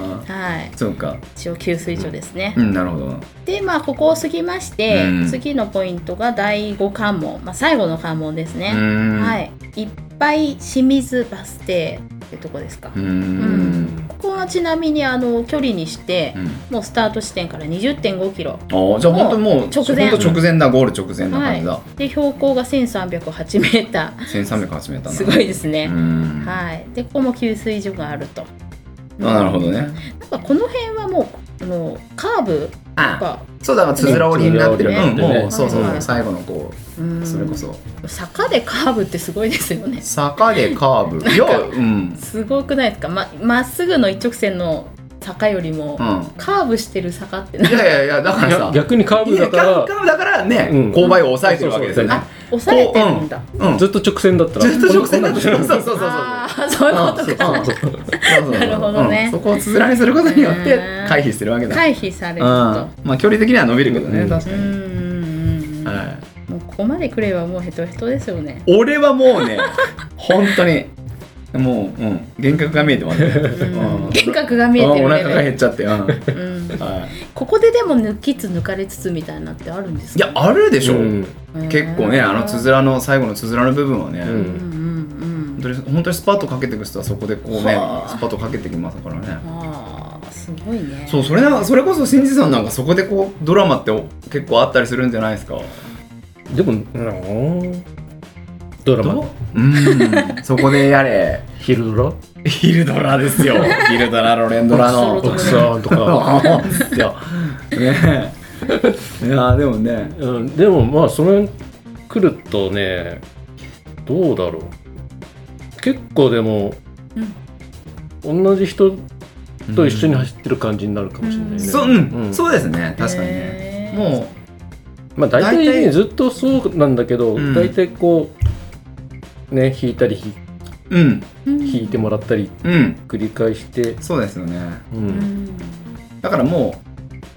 [SPEAKER 1] い、
[SPEAKER 2] そうか。
[SPEAKER 1] 一応給水所ですね。
[SPEAKER 2] うん、なるほど。
[SPEAKER 1] で、まあ、ここを過ぎまして、
[SPEAKER 2] うん
[SPEAKER 1] 次のポイントが第五関門、まあ、最後の関門ですね。は
[SPEAKER 2] はい。
[SPEAKER 1] い、いっぱい清水バス停ってとこですか。
[SPEAKER 2] うーん。
[SPEAKER 1] ここはちなみに、あの、距離にして
[SPEAKER 2] う、ん
[SPEAKER 1] もうスタート地点から20.5キロ。
[SPEAKER 2] あーじゃあ本当にもう
[SPEAKER 1] 直前
[SPEAKER 2] 本当直前だゴール直前な
[SPEAKER 1] は
[SPEAKER 2] 感じ
[SPEAKER 1] い
[SPEAKER 2] だ、
[SPEAKER 1] で標高が1308メータ
[SPEAKER 2] 1308メーター
[SPEAKER 1] ー
[SPEAKER 2] な
[SPEAKER 1] すごいです
[SPEAKER 2] うー
[SPEAKER 1] ね、
[SPEAKER 2] んあ
[SPEAKER 1] はいでここも給水所があると
[SPEAKER 2] なるほどね
[SPEAKER 1] なんかこの辺はもうあのカーブと
[SPEAKER 2] あ
[SPEAKER 1] か
[SPEAKER 2] そうだからつづら折りになってる、
[SPEAKER 1] つ
[SPEAKER 2] うん
[SPEAKER 1] づ
[SPEAKER 3] ら折りになってね
[SPEAKER 2] もうそうそう、
[SPEAKER 1] はい
[SPEAKER 2] 最後のこ
[SPEAKER 1] う
[SPEAKER 2] うんそれこそ
[SPEAKER 1] 坂でカーブってすごいですよね
[SPEAKER 2] 坂でカーブいやうん
[SPEAKER 1] すごくないですかままっすぐの一直線の坂よりも、
[SPEAKER 2] うん
[SPEAKER 1] カーブしてる坂って
[SPEAKER 2] いやいやいやだからさ
[SPEAKER 3] 逆逆にカー
[SPEAKER 2] い
[SPEAKER 3] ブ
[SPEAKER 2] や
[SPEAKER 3] だか
[SPEAKER 2] カーブカ
[SPEAKER 3] ら
[SPEAKER 2] ーブだからね、
[SPEAKER 3] うん
[SPEAKER 2] 勾配を抑えてるわけですよね
[SPEAKER 1] あ抑えてるんだ、
[SPEAKER 2] うん
[SPEAKER 3] ずっと直線だったら
[SPEAKER 2] ずっと直線なんですよそうそうそうそうそう
[SPEAKER 1] ああそういうことか
[SPEAKER 2] うんそうそうそうそう
[SPEAKER 1] なるほどね
[SPEAKER 2] うんそこをつづらにすることによって
[SPEAKER 1] うん
[SPEAKER 2] 回避してるわけだ
[SPEAKER 1] 回避され
[SPEAKER 2] うん
[SPEAKER 1] ると
[SPEAKER 2] まあ距離的には伸びるけどね、
[SPEAKER 3] うん
[SPEAKER 2] 確
[SPEAKER 1] う
[SPEAKER 2] か
[SPEAKER 1] んう
[SPEAKER 2] に、
[SPEAKER 1] んうん、
[SPEAKER 2] はい
[SPEAKER 1] もうここまでくればもうヘトヘトですよね
[SPEAKER 2] 俺はもうね本当にもう、うん、幻覚が見えてますね、
[SPEAKER 1] うん
[SPEAKER 2] うん
[SPEAKER 1] 幻覚が見えて
[SPEAKER 2] あ
[SPEAKER 1] る
[SPEAKER 2] お
[SPEAKER 1] ね
[SPEAKER 2] 腹が減っちゃって、うんはい、
[SPEAKER 1] うんここででも抜きつ抜かれつつみたいなってあるんです
[SPEAKER 2] い
[SPEAKER 1] か
[SPEAKER 2] やあるでしょ、
[SPEAKER 3] うん
[SPEAKER 2] 結構ねあのつづらの最後のつづらの部分はね、
[SPEAKER 3] う
[SPEAKER 1] うんうんうん
[SPEAKER 2] 本当に本当にスパッとかけていく人はそこでこうね
[SPEAKER 1] はあ
[SPEAKER 2] スパッとかけてきますからね
[SPEAKER 1] ああすごいね
[SPEAKER 2] そうそれなそれこそ新次さんなんかそこでこうドラマって結構あったりするんじゃないですか
[SPEAKER 3] でもうんドラマ
[SPEAKER 2] うんそこでやれ
[SPEAKER 3] 昼ドラ
[SPEAKER 2] ヒルドラです よヒルドラロレンドラ の
[SPEAKER 1] そう
[SPEAKER 3] 奥さん とか、
[SPEAKER 2] そうですよねえいやでもね
[SPEAKER 3] うん、でもまあその辺来るとねどうだろう結構でも、同じ人と一緒に走ってる感じになるかもしれない
[SPEAKER 1] う
[SPEAKER 3] ね、
[SPEAKER 1] ん
[SPEAKER 2] そううん、
[SPEAKER 3] ん
[SPEAKER 2] そうですね確かにね
[SPEAKER 1] へー
[SPEAKER 2] も
[SPEAKER 3] まあ大体
[SPEAKER 2] 大
[SPEAKER 3] ね
[SPEAKER 2] 体
[SPEAKER 3] ずっとそうなんだけど、
[SPEAKER 2] うん
[SPEAKER 3] 大体こうね引いたりひ
[SPEAKER 2] ううん
[SPEAKER 1] うん
[SPEAKER 3] 引いてもらったり
[SPEAKER 2] うん
[SPEAKER 3] 繰り返して
[SPEAKER 2] そうですよね
[SPEAKER 3] う、
[SPEAKER 1] うんん
[SPEAKER 2] だからも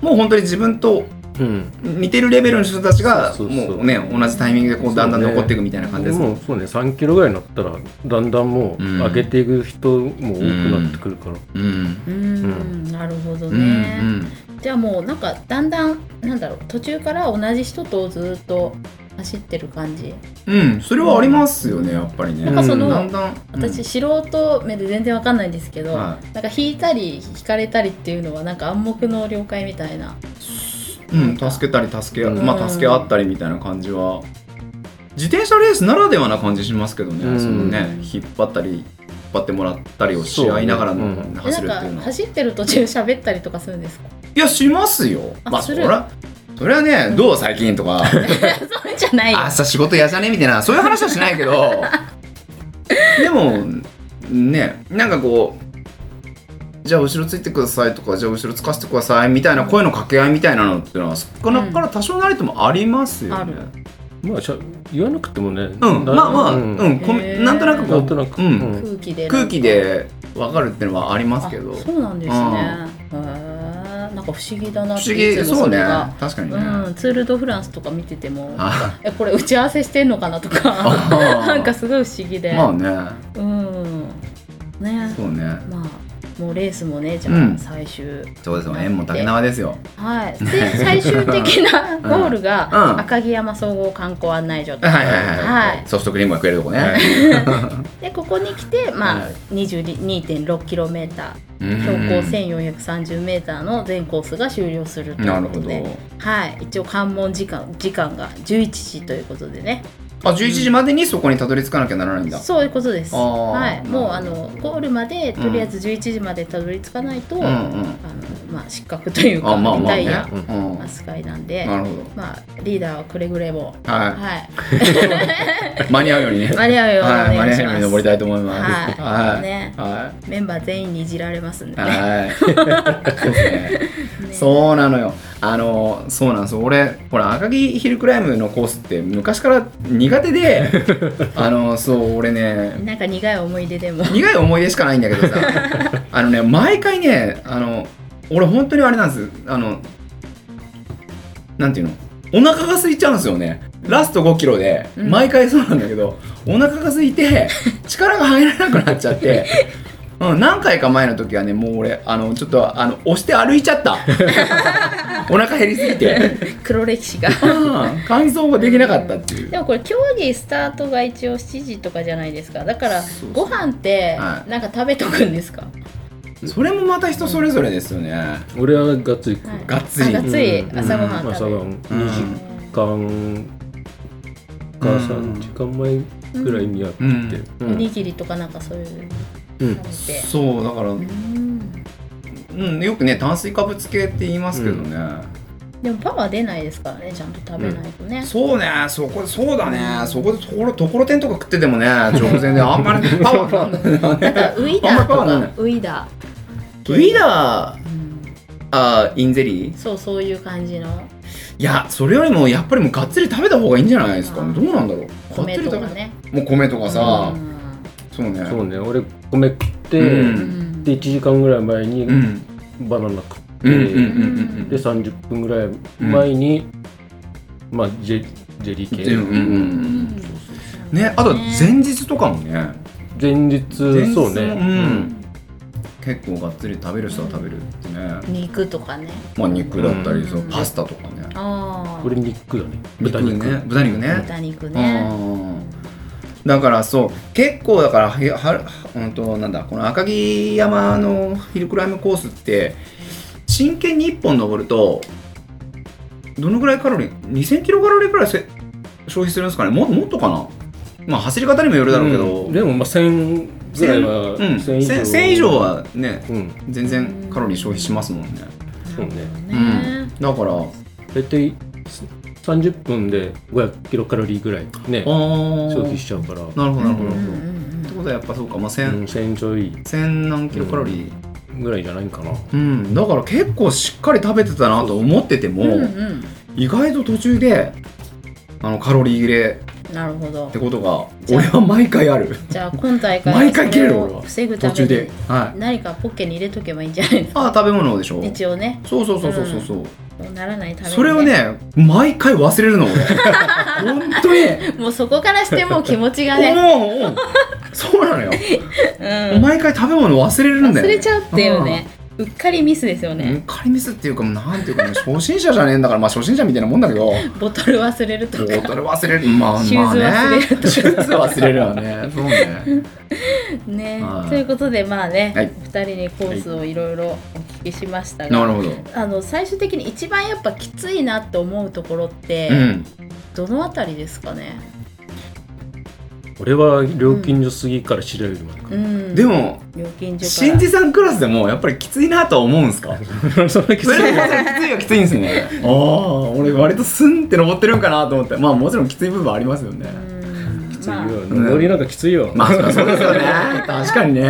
[SPEAKER 2] うもう本当に自分と
[SPEAKER 3] うん、
[SPEAKER 2] 似てるレベルの人たちが
[SPEAKER 3] そうそうそう
[SPEAKER 2] もうね同じタイミングでこうだんだん残っていくみたいな感じ
[SPEAKER 3] で
[SPEAKER 2] です
[SPEAKER 3] もそうね3キロぐらいになったらだんだんもう
[SPEAKER 2] うん
[SPEAKER 3] 上げていく人も多くなってくるから、
[SPEAKER 2] うん
[SPEAKER 1] うんなるほど
[SPEAKER 2] うんう
[SPEAKER 1] ね
[SPEAKER 2] ん
[SPEAKER 1] じゃあもうなんかだんだんなんだろう途中から同じ人とずっと走ってる感じ
[SPEAKER 2] うん、それはありますよね、やっぱりね。
[SPEAKER 1] なんかその
[SPEAKER 2] だんだん、
[SPEAKER 1] 私、素人目で全然わかんないんですけど、
[SPEAKER 2] は
[SPEAKER 1] なんか引いたり引かれたりっていうのはなんか暗黙の了解みたいな
[SPEAKER 2] うん、うん助けたり助け、
[SPEAKER 3] うん
[SPEAKER 2] まあ助け合ったりみたいな感じは自転車レースならではな感じしますけどね、
[SPEAKER 3] うん
[SPEAKER 2] そのね引っ張ったり張ってもらったりをし合いながら
[SPEAKER 3] そうねうん
[SPEAKER 2] の走るってい
[SPEAKER 1] な
[SPEAKER 2] うん
[SPEAKER 1] か
[SPEAKER 2] のは、
[SPEAKER 1] 走ってる途中喋ったりとかするんですか
[SPEAKER 2] いやしますよ
[SPEAKER 1] あ
[SPEAKER 2] まあ
[SPEAKER 1] す
[SPEAKER 2] そ
[SPEAKER 1] る
[SPEAKER 2] りゃそれはねどう最近 とか
[SPEAKER 1] そうじゃないよ
[SPEAKER 2] 朝仕事やじゃねみたいなそういう話はしないけど でもねなんかこうじゃあ後ろついてくださいとかじゃあ後ろつかせてくださいみたいな声の掛け合いみたいなのっていうのはそこからから多少なりともありますよね。
[SPEAKER 1] うんあ
[SPEAKER 3] まあしゃ言わなくてもねうん
[SPEAKER 2] うん、まあまあ、うん、
[SPEAKER 1] へー
[SPEAKER 2] こんなんとなくこ
[SPEAKER 3] なんと
[SPEAKER 2] う、
[SPEAKER 3] なく、
[SPEAKER 2] う
[SPEAKER 3] うん
[SPEAKER 2] ん、
[SPEAKER 1] 空気で
[SPEAKER 2] 空気でわかるっていうのはありますけど。
[SPEAKER 1] あ
[SPEAKER 2] 不
[SPEAKER 1] そうなんですね、へえなんか不思議だなって
[SPEAKER 2] 思
[SPEAKER 1] い
[SPEAKER 2] 議、
[SPEAKER 1] つも
[SPEAKER 2] そうね
[SPEAKER 1] れが、
[SPEAKER 2] 確かにね。
[SPEAKER 1] うん、ツール・ド・フランスとか見てても
[SPEAKER 2] あ、
[SPEAKER 1] えこれ打ち合わせしてんのかなとか な
[SPEAKER 2] なん
[SPEAKER 1] か、すごい不思議で、
[SPEAKER 2] まあね、
[SPEAKER 1] うんね
[SPEAKER 2] そうね。
[SPEAKER 1] まあもうレースもねじゃあ、
[SPEAKER 2] うん
[SPEAKER 1] 最終
[SPEAKER 2] そうですよ、縁も竹縄ですよ。
[SPEAKER 1] はいで最終的なゴール
[SPEAKER 2] うん
[SPEAKER 1] が赤城山総合観光案内所と、
[SPEAKER 2] はいはいはい。
[SPEAKER 1] はい
[SPEAKER 2] ソフトクリームが食えるとこね。
[SPEAKER 1] でここに来てまあ
[SPEAKER 2] はい
[SPEAKER 1] 22.6km
[SPEAKER 2] うん
[SPEAKER 1] 標高 1430m の全コースが終了するとい
[SPEAKER 2] な
[SPEAKER 1] う
[SPEAKER 2] る
[SPEAKER 1] こ
[SPEAKER 2] ほ
[SPEAKER 1] とで
[SPEAKER 2] ど。
[SPEAKER 1] はい、一応関門時間時間が11時ということでね
[SPEAKER 2] あ、11時までにそこにたどり着かなきゃならないんだ。
[SPEAKER 1] そういうことです、
[SPEAKER 2] あー
[SPEAKER 1] はい、もうあのゴールまでとりあえず11時までたどり着かないと、
[SPEAKER 2] うんう
[SPEAKER 1] あの
[SPEAKER 2] ん。
[SPEAKER 1] まあ、失格というか
[SPEAKER 2] あ、まあ
[SPEAKER 1] み
[SPEAKER 2] まあ
[SPEAKER 1] たい
[SPEAKER 2] ね。
[SPEAKER 1] な
[SPEAKER 2] うん。
[SPEAKER 1] 扱いなんで、
[SPEAKER 2] なるほ
[SPEAKER 1] まあ、リーダーはくれぐれも、
[SPEAKER 2] ど。は
[SPEAKER 1] はい、
[SPEAKER 2] い。間に合うようにね。
[SPEAKER 1] 間に合うようにお
[SPEAKER 2] はい、間
[SPEAKER 1] 願い
[SPEAKER 2] に
[SPEAKER 1] し
[SPEAKER 2] 合うよう
[SPEAKER 1] ま
[SPEAKER 2] に
[SPEAKER 1] す。
[SPEAKER 2] 登りたいと思います。
[SPEAKER 1] はい
[SPEAKER 2] はい。
[SPEAKER 1] ね、
[SPEAKER 2] はい。
[SPEAKER 1] メンバー全員にいじられますんでね。
[SPEAKER 2] はい。そうですね。そうなのよ。あの、そうなんですよ。俺、ほら、赤城ヒルクライムのコースって昔から苦手で、あの、そう、俺ね、
[SPEAKER 1] なんか苦い思い出でも、
[SPEAKER 2] 苦い思い出しかないんだけどさ、あのね、毎回ね、あの、俺、本当にあれなんです。あの、なんていうのお腹が空いちゃうんですよね。ラスト5キロで、
[SPEAKER 1] うん
[SPEAKER 2] 毎回そうなんだけど、お腹が空いて、力が入らなくなっちゃって、うん、何回か前の時はね、もう俺、あの、ちょっと、あの、押して歩いち ゃった。お腹減りすぎて。
[SPEAKER 1] 黒歴史が。
[SPEAKER 2] うん、乾燥ができなかったっていう
[SPEAKER 1] で。もこれ競技スタートが一応7時とかじゃないですかだから
[SPEAKER 2] そうそう
[SPEAKER 1] ご飯って
[SPEAKER 2] はい
[SPEAKER 1] なんか食べとくんですか、
[SPEAKER 2] それもまた人それぞれですよね。
[SPEAKER 3] 俺はがっつり食う、
[SPEAKER 1] はい
[SPEAKER 2] がっつり
[SPEAKER 1] あがっつり
[SPEAKER 3] うん
[SPEAKER 1] 朝ごはん
[SPEAKER 3] 朝
[SPEAKER 1] 食べ
[SPEAKER 3] ご
[SPEAKER 1] る
[SPEAKER 3] はん
[SPEAKER 2] うん
[SPEAKER 3] 2時間か
[SPEAKER 2] うん
[SPEAKER 3] 3時間前ぐらいにやってて、う
[SPEAKER 1] お
[SPEAKER 3] ん
[SPEAKER 1] にぎりとかなんかそういう
[SPEAKER 3] うん
[SPEAKER 1] の食べて
[SPEAKER 2] そう、だから、う
[SPEAKER 1] うん
[SPEAKER 2] ん、よくね、炭水化物系って言いますけどね。
[SPEAKER 1] でもパワー出ないですからねちゃんと食べないとね、
[SPEAKER 2] そうね、そこ、そうだね、そこでところ、ところてんとか食っててもね、直前であんまりパワーなんだよ
[SPEAKER 1] なん
[SPEAKER 2] ね。
[SPEAKER 1] かウイダ
[SPEAKER 2] あ
[SPEAKER 1] ー
[SPEAKER 2] んまりパ
[SPEAKER 1] と
[SPEAKER 2] ワー
[SPEAKER 1] か
[SPEAKER 2] ない
[SPEAKER 1] ウイダ
[SPEAKER 2] ウィ
[SPEAKER 1] ー、
[SPEAKER 2] ダー、
[SPEAKER 1] うん
[SPEAKER 2] あーインゼリー
[SPEAKER 1] そうそういう感じの
[SPEAKER 2] いや、それよりもやっぱりもうがっつり食べた方がいいんじゃないですか
[SPEAKER 1] あー
[SPEAKER 2] ね。どうなんだろう。
[SPEAKER 1] 米と
[SPEAKER 2] が
[SPEAKER 1] か
[SPEAKER 2] っつり食べ
[SPEAKER 1] ね
[SPEAKER 2] もう米とかさ、
[SPEAKER 1] うん
[SPEAKER 2] そうね。
[SPEAKER 3] そうね俺米食って、
[SPEAKER 2] うん
[SPEAKER 1] うん
[SPEAKER 3] で1時間ぐらい前に
[SPEAKER 2] うん。
[SPEAKER 3] バナナ食っ
[SPEAKER 2] う
[SPEAKER 3] て、
[SPEAKER 2] んうんうんうん
[SPEAKER 3] で30分ぐらい前に、まあジェジェリー
[SPEAKER 2] うん。
[SPEAKER 3] 系、
[SPEAKER 2] うんうんうん。ね、あと前日とかもね、
[SPEAKER 3] 前日
[SPEAKER 2] 前日
[SPEAKER 3] そうね、
[SPEAKER 2] もうん結構がっつり食べる人は食べるってね。
[SPEAKER 1] 肉とかね
[SPEAKER 2] まあ肉だったり、
[SPEAKER 1] うん
[SPEAKER 2] そうパスタとかね。
[SPEAKER 1] ああ
[SPEAKER 3] これ肉だね豚肉
[SPEAKER 2] ね。豚肉ね。
[SPEAKER 1] 豚肉ね
[SPEAKER 2] うんだからそう結構だからははうんとなんだこの赤城山のヒルクライムコースって真剣に1本登るとどのぐらいカロリー2000キロカロリーぐらいせ消費するんですかねももっとかなまあ走り方にもよるだろうけど、
[SPEAKER 3] うんでもまあ1000ぐらいは
[SPEAKER 2] うん
[SPEAKER 3] 1000
[SPEAKER 2] 1000 1000以上はね
[SPEAKER 3] うん
[SPEAKER 2] 全然カロリー消費しますもんね、
[SPEAKER 3] そうね
[SPEAKER 1] なる
[SPEAKER 2] だからあ
[SPEAKER 3] 大体30分で500キロカロリーぐらいね
[SPEAKER 2] ー
[SPEAKER 3] 消費しちゃうから
[SPEAKER 2] なるほどなるほど、
[SPEAKER 1] ほどね
[SPEAKER 2] っ
[SPEAKER 1] うん
[SPEAKER 2] て
[SPEAKER 1] うん
[SPEAKER 2] ことはやっぱそうかまあ
[SPEAKER 3] う
[SPEAKER 2] 1000、
[SPEAKER 3] ん1000ちょい
[SPEAKER 2] 1000何キロカロリー、
[SPEAKER 3] ぐらいじゃないかな
[SPEAKER 2] うん、だから結構しっかり食べてたなと思ってても、
[SPEAKER 1] うんうん
[SPEAKER 2] 意外と途中であのカロリー切れ
[SPEAKER 1] うんなるほど
[SPEAKER 2] ってことが俺は毎回ある
[SPEAKER 1] じゃあ今大会
[SPEAKER 2] 毎回切れる俺は
[SPEAKER 1] 防ぐた
[SPEAKER 2] 途
[SPEAKER 1] め
[SPEAKER 2] 中
[SPEAKER 1] に
[SPEAKER 2] で、はい、
[SPEAKER 1] 何かポッケに入れとけばいいんじゃないですか
[SPEAKER 2] ああ食べ物でしょ
[SPEAKER 1] 一応ね
[SPEAKER 2] そうそうそうそうそうそう、
[SPEAKER 1] こうならないために、
[SPEAKER 2] それをね毎回忘れるの俺 本当に
[SPEAKER 1] もうそこからしてもう気持ちがね、
[SPEAKER 2] もうもう そうなのよ
[SPEAKER 1] うん、
[SPEAKER 2] 毎回食べ物忘れるんだよ、
[SPEAKER 1] 忘
[SPEAKER 2] ね、
[SPEAKER 1] れちゃうっていうねうっかりミスですよ
[SPEAKER 2] うんう
[SPEAKER 1] ね
[SPEAKER 2] ん仮ミスっていうかもうなんていうかね初心者じゃねえんだからまあ初心者みたいなもんだけど
[SPEAKER 1] ボトル忘れると
[SPEAKER 2] ボ
[SPEAKER 1] か
[SPEAKER 2] トル忘れるまあ
[SPEAKER 1] シューズ
[SPEAKER 2] まあね
[SPEAKER 1] 忘れると
[SPEAKER 2] シューズ忘れるわねそうね
[SPEAKER 1] ね
[SPEAKER 2] はい
[SPEAKER 1] ということでまあね、
[SPEAKER 2] はい
[SPEAKER 1] お二人にコースをいろいろお聞きしましたが、
[SPEAKER 2] なるほど
[SPEAKER 1] あの最終的に一番やっぱきついなって思うところって、
[SPEAKER 2] うん
[SPEAKER 1] どのあたりですかね
[SPEAKER 3] これは料金所過ぎから資料よりまでか、
[SPEAKER 1] うん、
[SPEAKER 2] でも
[SPEAKER 1] 料金所か
[SPEAKER 2] 新
[SPEAKER 1] ら
[SPEAKER 2] 次さんクラスでもやっぱりきついなとは思うんですか
[SPEAKER 3] そんな気
[SPEAKER 2] そ
[SPEAKER 3] す
[SPEAKER 2] れ
[SPEAKER 3] る
[SPEAKER 2] でもそれきついはきついんですねああ俺割とスンって登ってるんかなと思ってまあもちろんきつい部分はありますよね
[SPEAKER 1] うん
[SPEAKER 3] きついよ
[SPEAKER 1] まあ
[SPEAKER 3] 登りなんかきついよ、
[SPEAKER 2] まあそりゃそうですよね確かに ね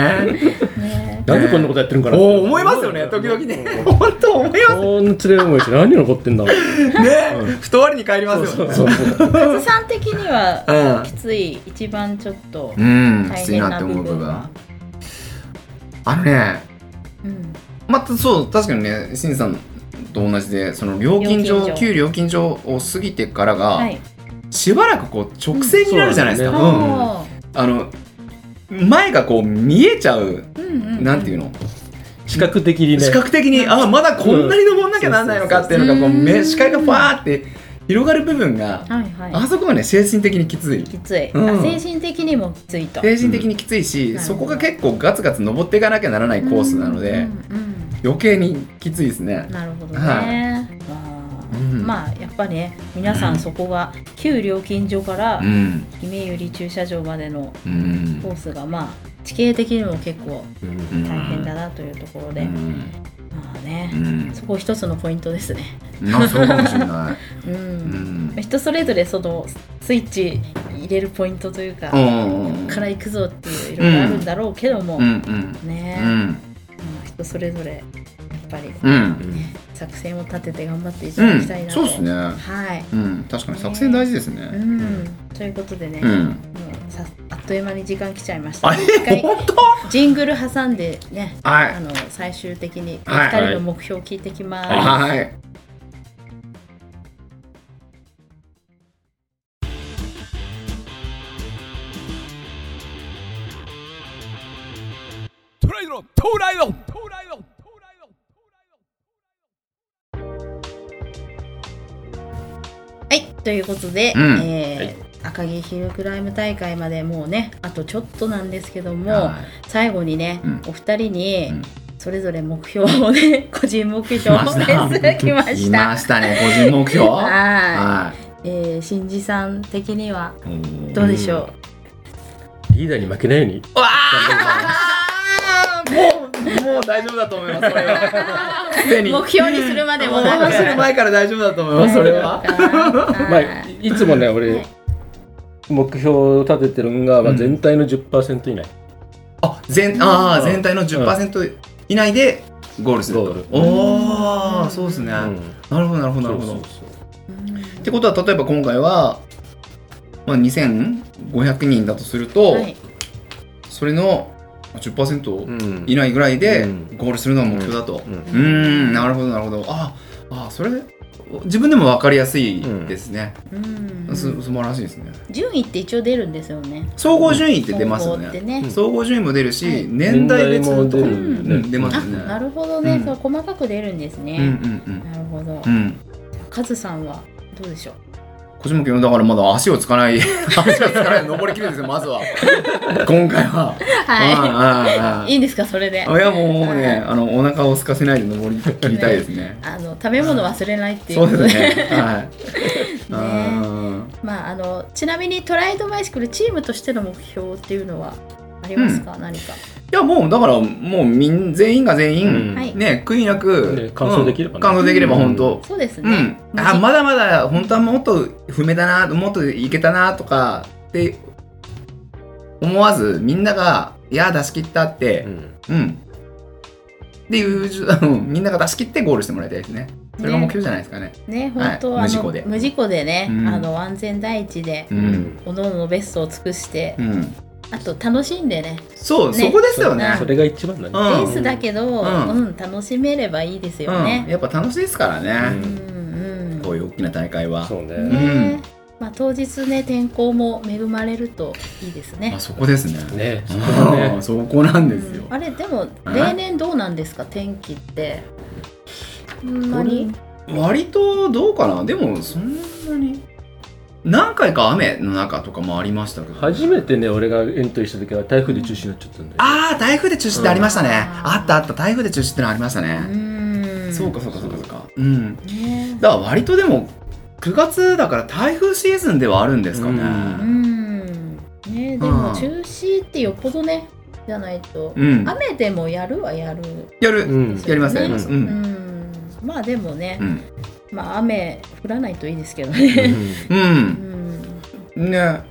[SPEAKER 1] ね
[SPEAKER 3] なんでこんなことやってるんかな
[SPEAKER 2] おお思いますよね時々ね本当思いま
[SPEAKER 3] こんなつれ思いして何残ってんだろう
[SPEAKER 2] すねふとわりに帰りますよね
[SPEAKER 3] そう そう
[SPEAKER 1] カズさん的には
[SPEAKER 2] うん
[SPEAKER 1] きつい一番ちょっと
[SPEAKER 2] うんき
[SPEAKER 1] 大
[SPEAKER 2] つい
[SPEAKER 1] 変
[SPEAKER 2] なっ
[SPEAKER 1] な
[SPEAKER 2] て思
[SPEAKER 1] 部
[SPEAKER 2] う部
[SPEAKER 1] 分
[SPEAKER 2] 分は
[SPEAKER 1] は、
[SPEAKER 2] あのね
[SPEAKER 1] うん
[SPEAKER 2] またそう確かにねしんさんと同じでその料金
[SPEAKER 1] 料
[SPEAKER 2] 所
[SPEAKER 1] 金所
[SPEAKER 2] 旧料金所を過ぎてからが、
[SPEAKER 1] はい
[SPEAKER 2] しばらくこう直線になるじゃないですか、
[SPEAKER 3] うん
[SPEAKER 2] うん
[SPEAKER 1] あ
[SPEAKER 2] あの前がこう見えちゃう、
[SPEAKER 1] ーうんうん
[SPEAKER 2] なんていうの、
[SPEAKER 3] 視覚的にね
[SPEAKER 2] 視覚的にあまだこんなに登んなきゃなんないのかっていうのがこう
[SPEAKER 1] そうそうそう
[SPEAKER 2] 目視界がファーって広がる部分が、
[SPEAKER 1] はいはい
[SPEAKER 2] あそこはね精神的にきつい
[SPEAKER 1] きつい、
[SPEAKER 2] うん
[SPEAKER 1] あ精神的にもきついと
[SPEAKER 2] 精神的にきついし、
[SPEAKER 1] うん
[SPEAKER 2] そこが結構ガツガツ登っていかなきゃならないコースなので、
[SPEAKER 1] うんうん
[SPEAKER 2] 余計にきついですね
[SPEAKER 1] うん、なるほどね、
[SPEAKER 2] は
[SPEAKER 1] あ
[SPEAKER 2] う
[SPEAKER 1] ー
[SPEAKER 2] ん
[SPEAKER 1] まあやっぱね皆さんそこが旧料金所から
[SPEAKER 2] うん
[SPEAKER 1] 姫百合駐車場までの
[SPEAKER 2] うん
[SPEAKER 1] コースがまあ地形的にも結構
[SPEAKER 3] うん
[SPEAKER 1] 大変だなというところで、
[SPEAKER 2] うん
[SPEAKER 1] まあね、
[SPEAKER 2] うん
[SPEAKER 1] そこ一つのポイントですね。
[SPEAKER 2] まあそうかもしれない、
[SPEAKER 1] う、
[SPEAKER 2] うんん、
[SPEAKER 1] 人それぞれそのスイッチ入れるポイントというか、
[SPEAKER 2] う
[SPEAKER 1] こ
[SPEAKER 2] ん
[SPEAKER 1] っから行くぞっていういろいろあるんだろうけども、
[SPEAKER 2] うんうん
[SPEAKER 1] ね、
[SPEAKER 2] うん
[SPEAKER 1] まあ人それぞれやっぱり
[SPEAKER 2] うん
[SPEAKER 1] 作戦を立てて頑張っていた
[SPEAKER 2] う
[SPEAKER 1] だ
[SPEAKER 2] ん
[SPEAKER 1] きたいなと。
[SPEAKER 2] そうですね
[SPEAKER 1] はい。
[SPEAKER 2] うん確かに作戦大事です
[SPEAKER 1] う
[SPEAKER 2] ね
[SPEAKER 1] ん、ということでね、
[SPEAKER 2] う
[SPEAKER 1] もうんさあっという間に時間来ちゃいました。
[SPEAKER 2] あ
[SPEAKER 1] 一
[SPEAKER 2] れ
[SPEAKER 1] 回
[SPEAKER 2] 本当
[SPEAKER 1] ジングル挟んでね、
[SPEAKER 2] は
[SPEAKER 1] あ
[SPEAKER 2] い
[SPEAKER 1] の最終的に
[SPEAKER 2] はい
[SPEAKER 1] 二人の目標を聞いてきます。
[SPEAKER 2] はい
[SPEAKER 4] トライドントライドントライドントライドン
[SPEAKER 1] はい、ということで、
[SPEAKER 2] うん
[SPEAKER 1] えー
[SPEAKER 3] はい
[SPEAKER 1] 赤城ヒルクライム大会までもうねあとちょっとなんですけども、
[SPEAKER 2] はい
[SPEAKER 1] 最後にね、
[SPEAKER 2] うん
[SPEAKER 1] お二人に
[SPEAKER 2] うん
[SPEAKER 1] それぞれ目標をね 個人目標をね来ま
[SPEAKER 2] 来
[SPEAKER 1] した。
[SPEAKER 2] ましたね個人目標は
[SPEAKER 1] はいい、えー、新次さん的には
[SPEAKER 2] うん
[SPEAKER 1] どうでしょ
[SPEAKER 3] リーダーに負けないように
[SPEAKER 2] わあもうもう大丈夫だと思いますそれはすで
[SPEAKER 1] う、
[SPEAKER 2] に
[SPEAKER 1] 目標にするまでもな
[SPEAKER 2] もうする
[SPEAKER 1] く。
[SPEAKER 2] 前から大丈夫だと思い ますそれは
[SPEAKER 3] まあ
[SPEAKER 1] はい
[SPEAKER 3] つもね
[SPEAKER 1] は
[SPEAKER 3] 俺
[SPEAKER 1] い
[SPEAKER 3] 目標を立ててるんが、まあ
[SPEAKER 2] うん
[SPEAKER 3] 全体の10%以内
[SPEAKER 2] あ全あー全体の10%以内でゴールする
[SPEAKER 3] ゴール
[SPEAKER 2] とおおそうですね
[SPEAKER 3] う
[SPEAKER 2] なんるほどなるほどなるほ
[SPEAKER 3] そ
[SPEAKER 2] ど
[SPEAKER 3] うそうそう
[SPEAKER 1] い
[SPEAKER 2] ってことは例えば今回は、まあ、2500人だとすると、
[SPEAKER 1] はい
[SPEAKER 2] それの10%
[SPEAKER 3] うん
[SPEAKER 2] 以内ぐらいで
[SPEAKER 3] うん
[SPEAKER 2] ゴールするのが目標だと。
[SPEAKER 3] うん
[SPEAKER 2] うーんなるほどなるほどああそれ自分でも分かりやすいですね、
[SPEAKER 1] うん
[SPEAKER 2] す素晴らしいですね
[SPEAKER 1] 順位って一応出るんですよね。
[SPEAKER 2] 総合順位って出ますよ
[SPEAKER 1] 高校って
[SPEAKER 2] ね
[SPEAKER 1] ね
[SPEAKER 3] うん
[SPEAKER 2] 総合順位も出るし、
[SPEAKER 1] はい
[SPEAKER 2] 年代別のとこ
[SPEAKER 1] 年
[SPEAKER 2] ろ
[SPEAKER 1] 代も
[SPEAKER 3] 出る
[SPEAKER 2] うん出ま
[SPEAKER 1] あ、
[SPEAKER 2] すね
[SPEAKER 1] なるほどね、
[SPEAKER 2] うん
[SPEAKER 1] そう細かく出るんです
[SPEAKER 2] うん
[SPEAKER 1] ね。
[SPEAKER 2] うん
[SPEAKER 1] なるほど
[SPEAKER 2] う。んうん
[SPEAKER 1] カズさんはどうでしょう。
[SPEAKER 2] 小島君だからまだ足をつかない 足をつかない登りきるんですよま ずは今回
[SPEAKER 1] は。
[SPEAKER 2] ははい
[SPEAKER 1] いいんですかそれで。
[SPEAKER 2] いやもう
[SPEAKER 1] はい
[SPEAKER 2] ねあのお腹を空かせないで登り切りたいですね
[SPEAKER 1] あの食べ物忘れないっていう
[SPEAKER 2] そ
[SPEAKER 1] こ
[SPEAKER 2] うで
[SPEAKER 1] と
[SPEAKER 2] す
[SPEAKER 1] で。
[SPEAKER 2] ねはい
[SPEAKER 1] ね
[SPEAKER 2] あー
[SPEAKER 1] まああのちなみにトライドバイシクルチームとしての目標っていうのはありますか、何か。
[SPEAKER 2] いやもうだからもうみん全員が全員、
[SPEAKER 3] うん
[SPEAKER 1] はい
[SPEAKER 2] ね悔いな
[SPEAKER 3] ね
[SPEAKER 2] く
[SPEAKER 3] 完走できればね
[SPEAKER 2] うん完走できれば本当
[SPEAKER 1] そうです
[SPEAKER 2] うん、
[SPEAKER 1] ね。
[SPEAKER 2] あまだまだ本当はもっと踏めたなもっといけたなとかって思わずみんなが「いや出し切った」って
[SPEAKER 3] うん
[SPEAKER 2] うん、っていうじゅ うんみんなが出し切ってゴールしてもらいたいですねそれが目標じゃないですかね
[SPEAKER 1] ね
[SPEAKER 2] はい
[SPEAKER 1] 本当、
[SPEAKER 2] 無
[SPEAKER 1] あ
[SPEAKER 2] 事
[SPEAKER 1] の
[SPEAKER 2] 故で
[SPEAKER 1] 無事故でね、
[SPEAKER 2] うん
[SPEAKER 1] あの安全第一で。
[SPEAKER 2] う、
[SPEAKER 3] うんん
[SPEAKER 1] 各々のベストを尽くして
[SPEAKER 2] う、ん、
[SPEAKER 1] あと楽しんでね、
[SPEAKER 2] そう、
[SPEAKER 1] ね
[SPEAKER 2] そこですよね
[SPEAKER 3] それが一番だね
[SPEAKER 2] う
[SPEAKER 1] レ
[SPEAKER 2] ん
[SPEAKER 1] ースだけど、う
[SPEAKER 2] うん
[SPEAKER 1] ん、楽しめればいいですよ
[SPEAKER 2] う
[SPEAKER 1] ね
[SPEAKER 2] ん、。やっぱ楽しいですから
[SPEAKER 1] う
[SPEAKER 2] ね、
[SPEAKER 1] んうん
[SPEAKER 2] こういう大きな大会は
[SPEAKER 3] そうね
[SPEAKER 1] ねえまあ、当日ね天候も恵まれるといいですね
[SPEAKER 2] あ。そこですね
[SPEAKER 3] ねそ
[SPEAKER 2] そう
[SPEAKER 3] だね
[SPEAKER 2] そこなんですよ
[SPEAKER 1] うん、あれでも
[SPEAKER 2] え
[SPEAKER 1] 例年どうなんですか天気って。あんまり
[SPEAKER 2] 割とどうかなでもそんなに何回か雨の中とかもありましたけど
[SPEAKER 3] 初めてね俺がエントリーした時は台風で中止になっちゃったんだよ
[SPEAKER 2] ああ台風で中止ってありましたね、
[SPEAKER 1] うん
[SPEAKER 2] あったあった台風で中止ってのありました
[SPEAKER 1] う
[SPEAKER 2] ね、
[SPEAKER 1] ーん
[SPEAKER 2] そうかそうかそうかそうかうんだ
[SPEAKER 1] ね
[SPEAKER 2] から割とでも9月だから台風シーズンではあるんですかね、
[SPEAKER 3] う
[SPEAKER 1] えうんねねで
[SPEAKER 2] う
[SPEAKER 1] も
[SPEAKER 2] ん
[SPEAKER 1] 中止ってよっぽどねじゃないと、
[SPEAKER 2] うん
[SPEAKER 1] 雨でもやるはやる、
[SPEAKER 2] やる、
[SPEAKER 3] うん
[SPEAKER 2] やります
[SPEAKER 1] ね
[SPEAKER 2] やりますう
[SPEAKER 1] うんん、まあでもね
[SPEAKER 2] う、ん
[SPEAKER 1] まあ雨降らないといいですけどね、
[SPEAKER 2] うん、
[SPEAKER 1] うん
[SPEAKER 2] ね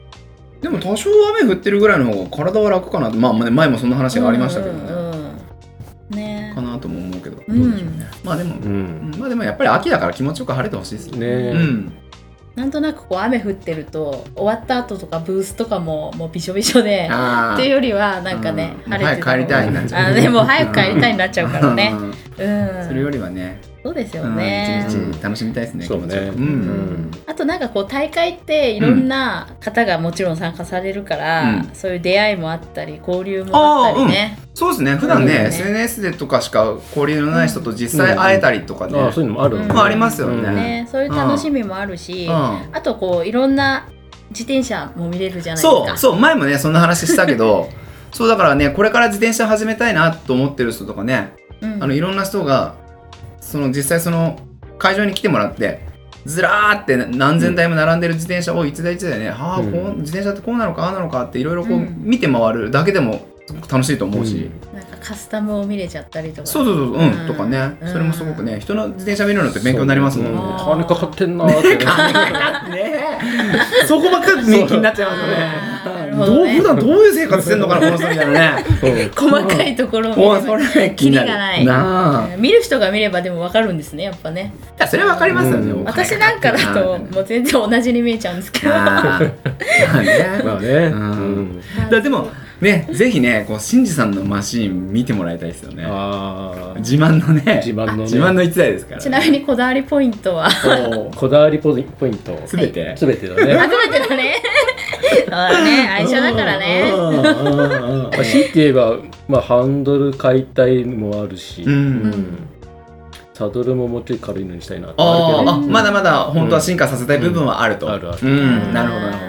[SPEAKER 2] でも多少雨降ってるぐらいの方が体は楽かなまあね前もそんな話がありましたけどね、
[SPEAKER 1] うんうんうんね
[SPEAKER 2] かなとも思うけど、
[SPEAKER 1] うん
[SPEAKER 2] どうでしょうねまあでも、
[SPEAKER 3] う
[SPEAKER 2] うん
[SPEAKER 3] ん
[SPEAKER 2] まあでもやっぱり秋だから気持ちよく晴れてほしいです
[SPEAKER 3] う
[SPEAKER 2] ね
[SPEAKER 3] んねえ
[SPEAKER 2] う、ん
[SPEAKER 1] なんとなくこう雨降ってると終わった後とかブースとかももうびしょびしょで
[SPEAKER 2] あ
[SPEAKER 1] っていうよりはなんかね、
[SPEAKER 2] うん
[SPEAKER 1] 晴れて
[SPEAKER 2] 早く帰りたいになっ
[SPEAKER 1] ち
[SPEAKER 2] ち
[SPEAKER 1] ゃ
[SPEAKER 2] ゃ
[SPEAKER 1] う
[SPEAKER 2] う
[SPEAKER 1] でも早く帰りたいになっちゃうからね、うん、
[SPEAKER 2] それよりはね
[SPEAKER 1] そうです
[SPEAKER 2] 一、
[SPEAKER 1] よ
[SPEAKER 2] うん、
[SPEAKER 1] ね、
[SPEAKER 2] 一日楽しみたいですね、
[SPEAKER 3] そうね
[SPEAKER 2] 気持ちよくう
[SPEAKER 1] うんんあとなんかこう大会っていろんな方がもちろん参加されるから、
[SPEAKER 2] うん
[SPEAKER 1] そういう出会いもあったり交流もあったりね、
[SPEAKER 2] そうですね普段ね
[SPEAKER 1] うん
[SPEAKER 2] SNS でとかしか交流のない人と実際会えたりとかね、
[SPEAKER 3] ああそういうのもあるの
[SPEAKER 1] まああ
[SPEAKER 2] りますよね
[SPEAKER 3] うん
[SPEAKER 1] ねそういう楽しみもあるし、
[SPEAKER 2] うん
[SPEAKER 1] あとこういろんな自転車も見れるじゃないです
[SPEAKER 2] そ
[SPEAKER 1] か
[SPEAKER 2] うそう前もねそんな話したけど そうだからねこれから自転車始めたいなと思ってる人とかね、
[SPEAKER 1] うん
[SPEAKER 2] あのいろんな人がその実際その会場に来てもらってずらーって何千台も並んでる自転車を一台一台ね、ああこう
[SPEAKER 3] うん
[SPEAKER 2] 自転車ってこうなのかああなのかっていろいろこ
[SPEAKER 1] う
[SPEAKER 2] う
[SPEAKER 1] ん
[SPEAKER 2] 見て回るだけでもすごく楽しいと思うし、
[SPEAKER 1] なんかカスタムを見れちゃったりとか
[SPEAKER 2] そうそうそううん、とかね
[SPEAKER 1] うん
[SPEAKER 2] それもすごくね人の自転車見るのって勉強になりますもん
[SPEAKER 3] う
[SPEAKER 2] ね。
[SPEAKER 3] 金かかってんなーってね
[SPEAKER 2] ねえそこばっかりね気になっちゃいますよね。
[SPEAKER 1] あーなる
[SPEAKER 2] ど
[SPEAKER 1] ほ
[SPEAKER 2] う
[SPEAKER 1] どね
[SPEAKER 2] 普段どういう生活してんのかなこの人みたいなね。
[SPEAKER 1] 細かいところを
[SPEAKER 2] もう
[SPEAKER 1] 見
[SPEAKER 2] そ
[SPEAKER 1] れば
[SPEAKER 2] れ
[SPEAKER 1] キリ
[SPEAKER 2] 気に
[SPEAKER 1] が
[SPEAKER 2] なる
[SPEAKER 1] ない
[SPEAKER 2] なあ
[SPEAKER 1] うん見る人が見ればでも分かるんですねやっぱね
[SPEAKER 2] いやそれはわかりますよね、
[SPEAKER 3] うん
[SPEAKER 2] お金
[SPEAKER 1] 私なんかだともう全然同じに見えちゃうんですけど
[SPEAKER 2] あーまあ ね
[SPEAKER 3] まあね、
[SPEAKER 2] うんだからでもねぜひねこうシンジさんのマシーン見てもらいたいですよね
[SPEAKER 3] あ
[SPEAKER 2] 自慢のね
[SPEAKER 3] 自慢のね
[SPEAKER 2] 自慢の一台ですから
[SPEAKER 1] ちなみにこだわりポイントは
[SPEAKER 3] あこだわりポイント
[SPEAKER 2] すべて
[SPEAKER 3] すべてだ ね
[SPEAKER 1] 初めてだねそうだね愛車だからね
[SPEAKER 3] ね強いて言えば、まあ、ハンドル解体もあるし、
[SPEAKER 2] うん
[SPEAKER 3] サドルももうちょい軽いのにしたいなって
[SPEAKER 2] あ
[SPEAKER 3] る
[SPEAKER 2] ーあ
[SPEAKER 3] けど
[SPEAKER 2] まだまだ本当は進化させたい部分はあると、
[SPEAKER 3] うんあるある
[SPEAKER 2] うんなるほどなるほ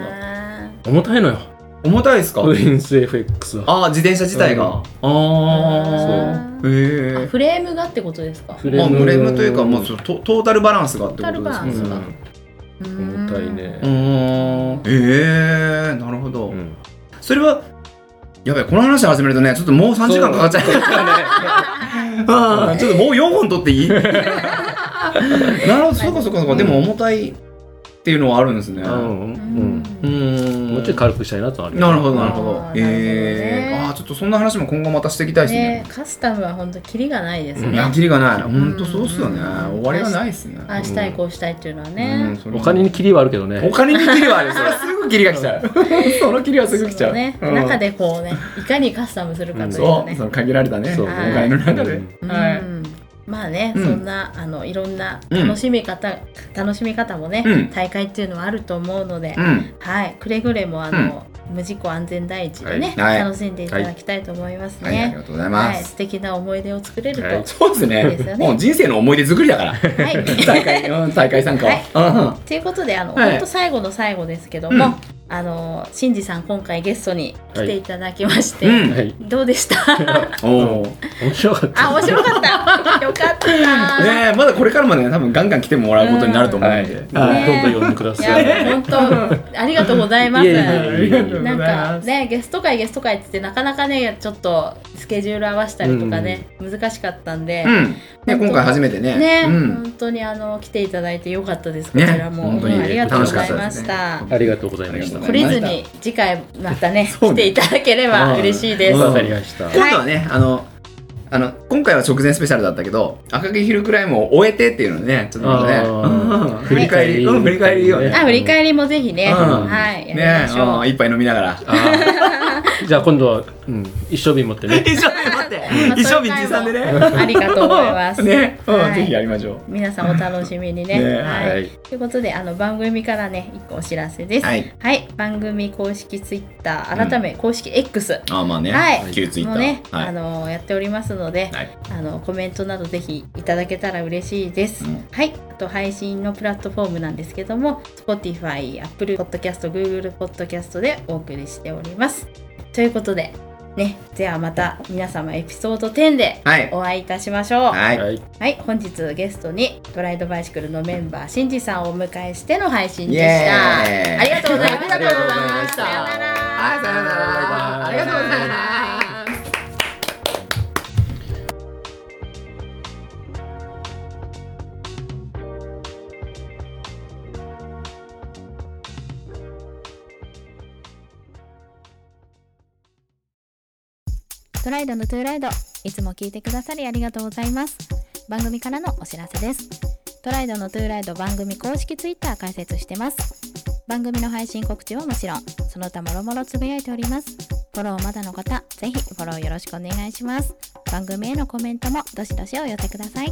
[SPEAKER 1] る
[SPEAKER 3] 重たいのよ
[SPEAKER 2] ど重たいですか
[SPEAKER 3] プリンス FX は
[SPEAKER 2] ああ自転車自体が、
[SPEAKER 3] うん
[SPEAKER 2] ああへえ
[SPEAKER 1] フレームがってことですか
[SPEAKER 3] フ
[SPEAKER 2] まあフレームというかもうそうトトータルバランスがってことです
[SPEAKER 1] トータ
[SPEAKER 2] ね
[SPEAKER 1] ルバランスが
[SPEAKER 3] うん重たいね
[SPEAKER 2] う、ーんへえなるほど、
[SPEAKER 3] うん
[SPEAKER 2] それはやべえこの話始めるとねちょっともう3時間かかっちゃう あーちょっともう4本取っていい なるほどそうかそうかそうか、
[SPEAKER 3] うん
[SPEAKER 2] でも重たいっていうのはあるんですねうん
[SPEAKER 3] うん
[SPEAKER 2] ーん
[SPEAKER 3] もうちょい軽くしたいなとはあるよ
[SPEAKER 2] なるほどなるほど
[SPEAKER 1] あーなるほど
[SPEAKER 2] え
[SPEAKER 1] ね
[SPEAKER 2] えああちょっとそんな話も今後またしていきたいです
[SPEAKER 1] ね
[SPEAKER 2] ね
[SPEAKER 1] カスタムは本当キリがないです
[SPEAKER 2] いや
[SPEAKER 1] ね
[SPEAKER 2] キリがない本当そうっすよね、
[SPEAKER 1] うん
[SPEAKER 2] 終わりがないですね、
[SPEAKER 1] ああしたいこうしたいっていうのは
[SPEAKER 2] うん
[SPEAKER 1] ね
[SPEAKER 2] それ
[SPEAKER 3] お
[SPEAKER 2] は
[SPEAKER 3] 金にキリはあるけど
[SPEAKER 2] お
[SPEAKER 3] ね
[SPEAKER 2] 金にキリはあるそれは すぐキリが来ちゃうそのキリはすぐ来ち
[SPEAKER 1] そ
[SPEAKER 2] ゃ
[SPEAKER 1] う
[SPEAKER 2] う
[SPEAKER 1] ね
[SPEAKER 2] うん
[SPEAKER 1] 中でこうねいかにカスタムするかというか
[SPEAKER 2] そう
[SPEAKER 1] ね
[SPEAKER 2] その限られたね
[SPEAKER 3] そう
[SPEAKER 2] お
[SPEAKER 3] ね
[SPEAKER 2] 金の中で
[SPEAKER 1] うん
[SPEAKER 2] はい
[SPEAKER 1] まあね、
[SPEAKER 2] うん
[SPEAKER 1] そんなあのいろんな
[SPEAKER 2] うん
[SPEAKER 1] 楽しみ方、楽しみ方もね、
[SPEAKER 2] うん
[SPEAKER 1] 大会っていうのはあると思うので、
[SPEAKER 2] うん
[SPEAKER 1] はい、くれぐれもあの、無事故安全第一でね、
[SPEAKER 2] はい
[SPEAKER 1] 楽しんでいただきたいと思います
[SPEAKER 2] はい、あり
[SPEAKER 1] ね
[SPEAKER 2] が。とうござ
[SPEAKER 1] はい、
[SPEAKER 2] います。
[SPEAKER 1] 素敵な思い出を作れると。は
[SPEAKER 3] はいい、
[SPEAKER 2] そうです
[SPEAKER 1] いいですよ
[SPEAKER 2] ね。
[SPEAKER 1] ね
[SPEAKER 2] もう人生の思い出作りだから。大会、うん大会参加は。
[SPEAKER 1] ということで、あの、
[SPEAKER 2] はい
[SPEAKER 1] 本当最後の最後ですけど
[SPEAKER 2] うん
[SPEAKER 1] も、あの、しんじさん、今回ゲストに来ていただきまして、
[SPEAKER 2] はいうん
[SPEAKER 3] はい
[SPEAKER 1] どうでした
[SPEAKER 2] うんおお。ね
[SPEAKER 3] 面白かった
[SPEAKER 1] あ、面白か った。よかった。
[SPEAKER 2] え、まだこれからもね、多分ガンガン来てもらうことになると思うんで。
[SPEAKER 1] はい
[SPEAKER 3] どんどん呼んでくだ
[SPEAKER 1] い
[SPEAKER 3] さい
[SPEAKER 1] や、本 当、ありがとうございます。
[SPEAKER 3] いえいえ
[SPEAKER 2] ありがとうござ
[SPEAKER 1] ないんか
[SPEAKER 2] ます。
[SPEAKER 1] ねゲスト会ゲスト会って言ってなかなかねちょっとスケジュール合わせたりとかね、難しかったんで、
[SPEAKER 2] うん。ね、今回初めてね。
[SPEAKER 1] ね、
[SPEAKER 2] うん。
[SPEAKER 1] 本当にあの来ていただいてよかったですこち
[SPEAKER 2] ね
[SPEAKER 1] らも、
[SPEAKER 2] 本当に
[SPEAKER 1] うんありがとうございま
[SPEAKER 2] 楽
[SPEAKER 1] し
[SPEAKER 2] しか
[SPEAKER 1] た
[SPEAKER 2] ったですね
[SPEAKER 3] ありがとうございました
[SPEAKER 2] あ
[SPEAKER 1] 懲
[SPEAKER 2] り
[SPEAKER 1] り
[SPEAKER 2] が
[SPEAKER 1] ず
[SPEAKER 2] とうございました
[SPEAKER 1] に次回またね
[SPEAKER 2] そう
[SPEAKER 1] 来
[SPEAKER 2] ね
[SPEAKER 1] ていただければ
[SPEAKER 2] うん
[SPEAKER 1] 嬉しいです、
[SPEAKER 2] うん
[SPEAKER 3] わかりました
[SPEAKER 2] 今度はね、あの。あの今回は直前スペシャルだったけど赤城ヒルクライムを終えてっていうのねちょっとまたね
[SPEAKER 3] あー
[SPEAKER 2] うん振り返りうん振り返りよね
[SPEAKER 1] あ振り返りもぜひね、
[SPEAKER 2] う
[SPEAKER 1] は
[SPEAKER 2] ん
[SPEAKER 1] いやり
[SPEAKER 2] ね
[SPEAKER 1] ましょう、
[SPEAKER 2] うん一杯飲みながら
[SPEAKER 3] あーじゃあ今度は、うん、一生瓶持っ てね
[SPEAKER 2] 一生日待って
[SPEAKER 1] まあ
[SPEAKER 2] 一
[SPEAKER 1] そういう
[SPEAKER 2] 生日
[SPEAKER 1] 回
[SPEAKER 2] 持
[SPEAKER 1] も
[SPEAKER 2] 参でね
[SPEAKER 1] ありがとうございます
[SPEAKER 2] ねうん
[SPEAKER 1] はい
[SPEAKER 2] ぜひやりましょう
[SPEAKER 1] 皆さんお楽しみにね
[SPEAKER 2] ね
[SPEAKER 1] はい
[SPEAKER 3] はい
[SPEAKER 1] ということであの番組からね一個お知らせです、
[SPEAKER 2] はい
[SPEAKER 1] はい、番組公式ツイッター改め公式 X
[SPEAKER 2] あーまあね、
[SPEAKER 1] はい
[SPEAKER 2] 旧ツイッタ
[SPEAKER 1] も
[SPEAKER 2] ー、
[SPEAKER 1] ね、
[SPEAKER 2] はい
[SPEAKER 1] あのやっておりますので、
[SPEAKER 2] はい
[SPEAKER 1] あのコメントなどぜひいただけたら嬉しいです。
[SPEAKER 2] うん
[SPEAKER 1] はい、あと配信のプラットフォームなんですけども、Spotify、Apple Podcast、Google Podcast でお送りしております。ということで、ねではまた皆様エピソード10で
[SPEAKER 2] はい
[SPEAKER 1] お会いいたしましょうはい、
[SPEAKER 2] はい、
[SPEAKER 3] はい、
[SPEAKER 1] 本日ゲストにドライドバイシクルのメンバーシンジさんをお迎えしての配信で
[SPEAKER 2] イ
[SPEAKER 1] し
[SPEAKER 2] エ
[SPEAKER 1] た
[SPEAKER 2] ーイ
[SPEAKER 1] ありがとうございました
[SPEAKER 2] ありがとうございました
[SPEAKER 1] さようなら
[SPEAKER 2] はいさようならありがとうございます
[SPEAKER 5] トライドのトゥーライドいつも聞いてくださりありがとうございます番組からのお知らせですトライドのトゥーライド番組公式ツイッター開設してます番組の配信告知はもちろんその他もろもろつぶやいておりますフォローまだの方ぜひフォローよろしくお願いします番組へのコメントもどしどしお寄せください